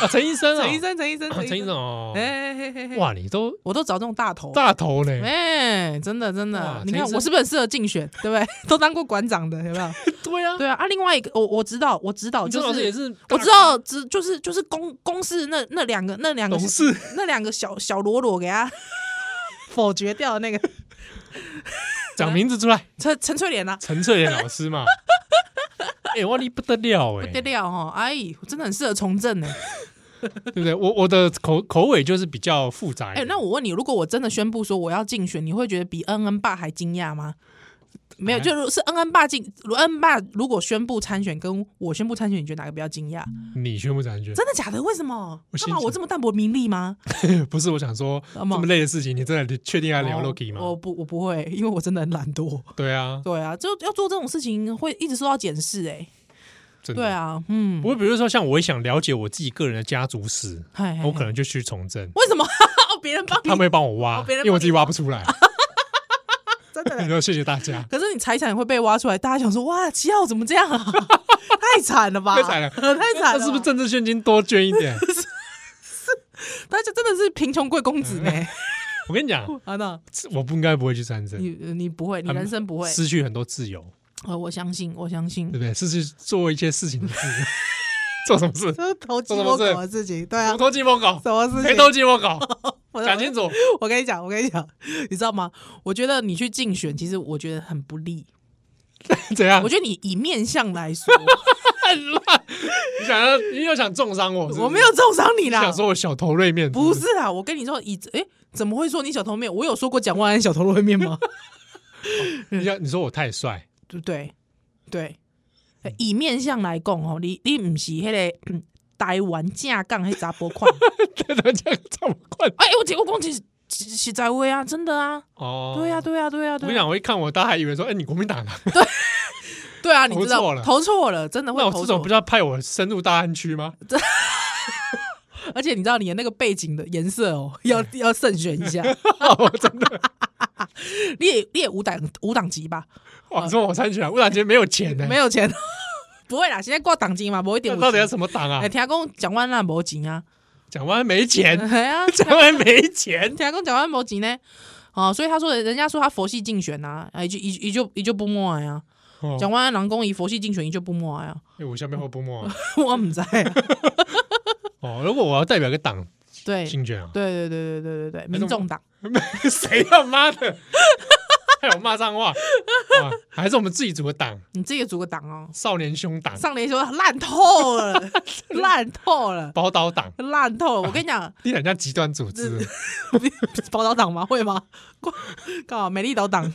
S2: 啊，陈医生啊，
S3: 陈医生，
S2: (laughs)
S3: 陈医生，
S2: 啊，陈医生，哦，
S3: 哎嘿嘿嘿，
S2: 哇，你都
S3: 我都找这种大头。
S2: 大头嘞，
S3: 哎、真的真
S2: 哇
S3: 的，你
S2: 陈
S3: 看
S2: 医生
S3: 我是不是很适合竞选，对不 (laughs) 对？都当过馆长的，有没有？
S2: 对啊，
S3: 对啊啊！另外一个，我我知道，我知道，
S2: 陈
S3: 就
S2: 老师也
S3: 是
S2: 是，
S3: 我知道，知就是就是公公司那那两个那两个
S2: 董事
S3: 那两个小小罗罗给他 (laughs) 否决掉的那个
S2: 讲名字出来，
S3: 陈陈翠莲啊，
S2: 陈翠莲老师
S3: (laughs)
S2: 嘛，哎，哇，你不得了哎，
S3: 对
S2: 对
S3: 料哈，哎，我真的很适合从政呢。
S2: 不对？我我的口口尾就是比较复杂一
S3: 哎、
S2: 点，
S3: 那我问你，如果我真的宣布说我要竞选，你会觉得比恩恩爸还惊讶吗？没有，
S2: 哎
S3: 就是恩恩爸竞，恩恩爸如果宣布参选，跟我宣布参选，你觉得哪个比较惊讶？
S2: 你宣不传觉
S3: 真的假的？为什么？
S2: 我
S3: 干
S2: 心
S3: 嘛
S2: 情
S3: 我这么淡薄名利吗？
S2: (laughs) 不是我想说这
S3: 干嘛
S2: 么累的事情，你真的确定要聊 Loki
S3: 哦我
S2: 吗？
S3: 不，我不会，因为我真的很懒惰。
S2: 对啊，
S3: 对啊，就要做这种事情会一直受到检视、欸，
S2: 真的
S3: 对。啊，嗯
S2: 不，过比如说像我也想了解我自己个人的家族史，
S3: 嗨
S2: 我可能就去从政，
S3: 为什么？ (laughs) 哦，别人帮
S2: 他们
S3: 哎你，
S2: 会帮我挖
S3: 哦，别人
S2: 因
S3: 帮
S2: 为我自己挖不出来。
S3: (laughs) 真
S2: (laughs)
S3: 的
S2: 然
S3: 嘞。
S2: 后谢谢大家。
S3: 可是你财产会被挖出来，大家想说哇，七号怎么这样啊？ (laughs) 太惨了吧！
S2: 太惨了
S3: (laughs) 太惨
S2: 那 (laughs)
S3: 了！
S2: 是不是政治现金多捐一
S3: (laughs)
S2: 点？
S3: 大家真的是贫穷贵公子呢？
S2: 嗯
S3: (laughs)
S2: 我跟你讲，
S3: 啊，那
S2: 我不应该不会去参政，
S3: 你你不会，你
S2: 很
S3: 人生不会。
S2: 失去很多自由，
S3: 呃，我相信，我相信
S2: 对不，对？失去做一些事情的自由， (laughs) 做什么事？
S3: 这是投鸡
S2: 做什么
S3: 摸狗
S2: 事
S3: 的事情，对啊
S2: 我，偷鸡摸狗，
S3: 什么事
S2: 谁
S3: 情？
S2: 偷鸡摸狗？
S3: (laughs) 我
S2: 赶紧走，
S3: 我跟你讲，我跟你讲，你知道吗？我觉得你去竞选，其实我觉得很不利。
S2: 怎样
S3: 我？觉得你以面相来说，
S2: 很烂，你想要你又想中伤 (laughs) 我是不是？
S3: 我没有重伤你
S2: 你想
S3: 啦。
S2: 说我小头锐面，
S3: 不是啦，我跟你说，以哎、怎么会说你小头面？我有说过蒋万安小头露面吗？ (laughs)
S2: 你想你说我太帅， (laughs)
S3: 对不对？对，以面相来讲吼，你你唔是迄、个嗯台湾正港迄查甫款。 (laughs)
S2: 这样这么快
S3: 哎、我结果讲是是是在位啊，真的啊，
S2: 哦？
S3: 对啊，，对啊，对啊，
S2: 我跟
S3: 对
S2: 你
S3: 啊，
S2: 讲，我一看我，大家还以为说，哎，你国民党啊？
S3: 对啊，你知
S2: 投错
S3: 道
S2: 了
S3: 投错了，真的会
S2: 那我
S3: 投呃
S2: 这
S3: 错
S2: 种不。叫派我深入大安区吗？
S3: 而且你知道你的那个背景的颜色哦，要要慎选
S2: (laughs)
S3: 一下。
S2: 我哎哦真的，
S3: (laughs) 你也你也五档五档级吧，
S2: 哇，说我参选，啊我感觉没有钱呢，
S3: 没有钱， (laughs) 不会啦，现在挂档级嘛，不会点
S2: 哎那
S3: 五
S2: 到底要
S3: 级。
S2: 什么党啊
S3: 哎，？听讲蒋万那无钱啊，
S2: 蒋万安没 (laughs) 钱，
S3: 哎呀，
S2: 蒋万安没钱
S3: 听，讲蒋万无钱呢，哦，所以他说的人家说他佛系竞选呐，哎，就一就一就不默哀啊，
S2: 哦
S3: 蒋万安人讲伊佛系竞选，伊就不默
S2: (laughs)
S3: 哀啊，
S2: 哎我下面会不默 (laughs) 啊
S3: 我唔
S2: (laughs)
S3: 知啊，
S2: 哦。如果我要代表一个党
S3: 对
S2: 竞 (laughs) 选啊，
S3: 对对对对对对
S2: 哎
S3: 对，民众党，
S2: 谁他妈 (laughs) 的，还有骂 (laughs) 脏话，啊还是我们自己组的党，
S3: 你自己组个党哦，
S2: 少年凶党、
S3: 上联说烂
S2: (laughs)
S3: 透了，烂透了。
S2: 宝岛党，
S3: 烂透了！我跟你讲，
S2: 你很像极端组织。
S3: (laughs) 宝岛党吗？会吗？ (laughs) 干嘛？美丽岛党、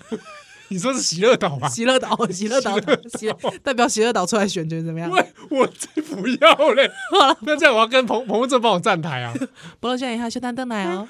S2: 你说是喜乐岛吧？
S3: 喜乐岛、喜乐岛党、喜代表喜乐岛出来选，觉得
S2: (laughs)
S3: 怎么样？
S2: 喂， (laughs) 我才不 (laughs) 要嘞！那这样我要跟彭彭文正帮我站台啊！
S3: 不过现在他修丹登来哦，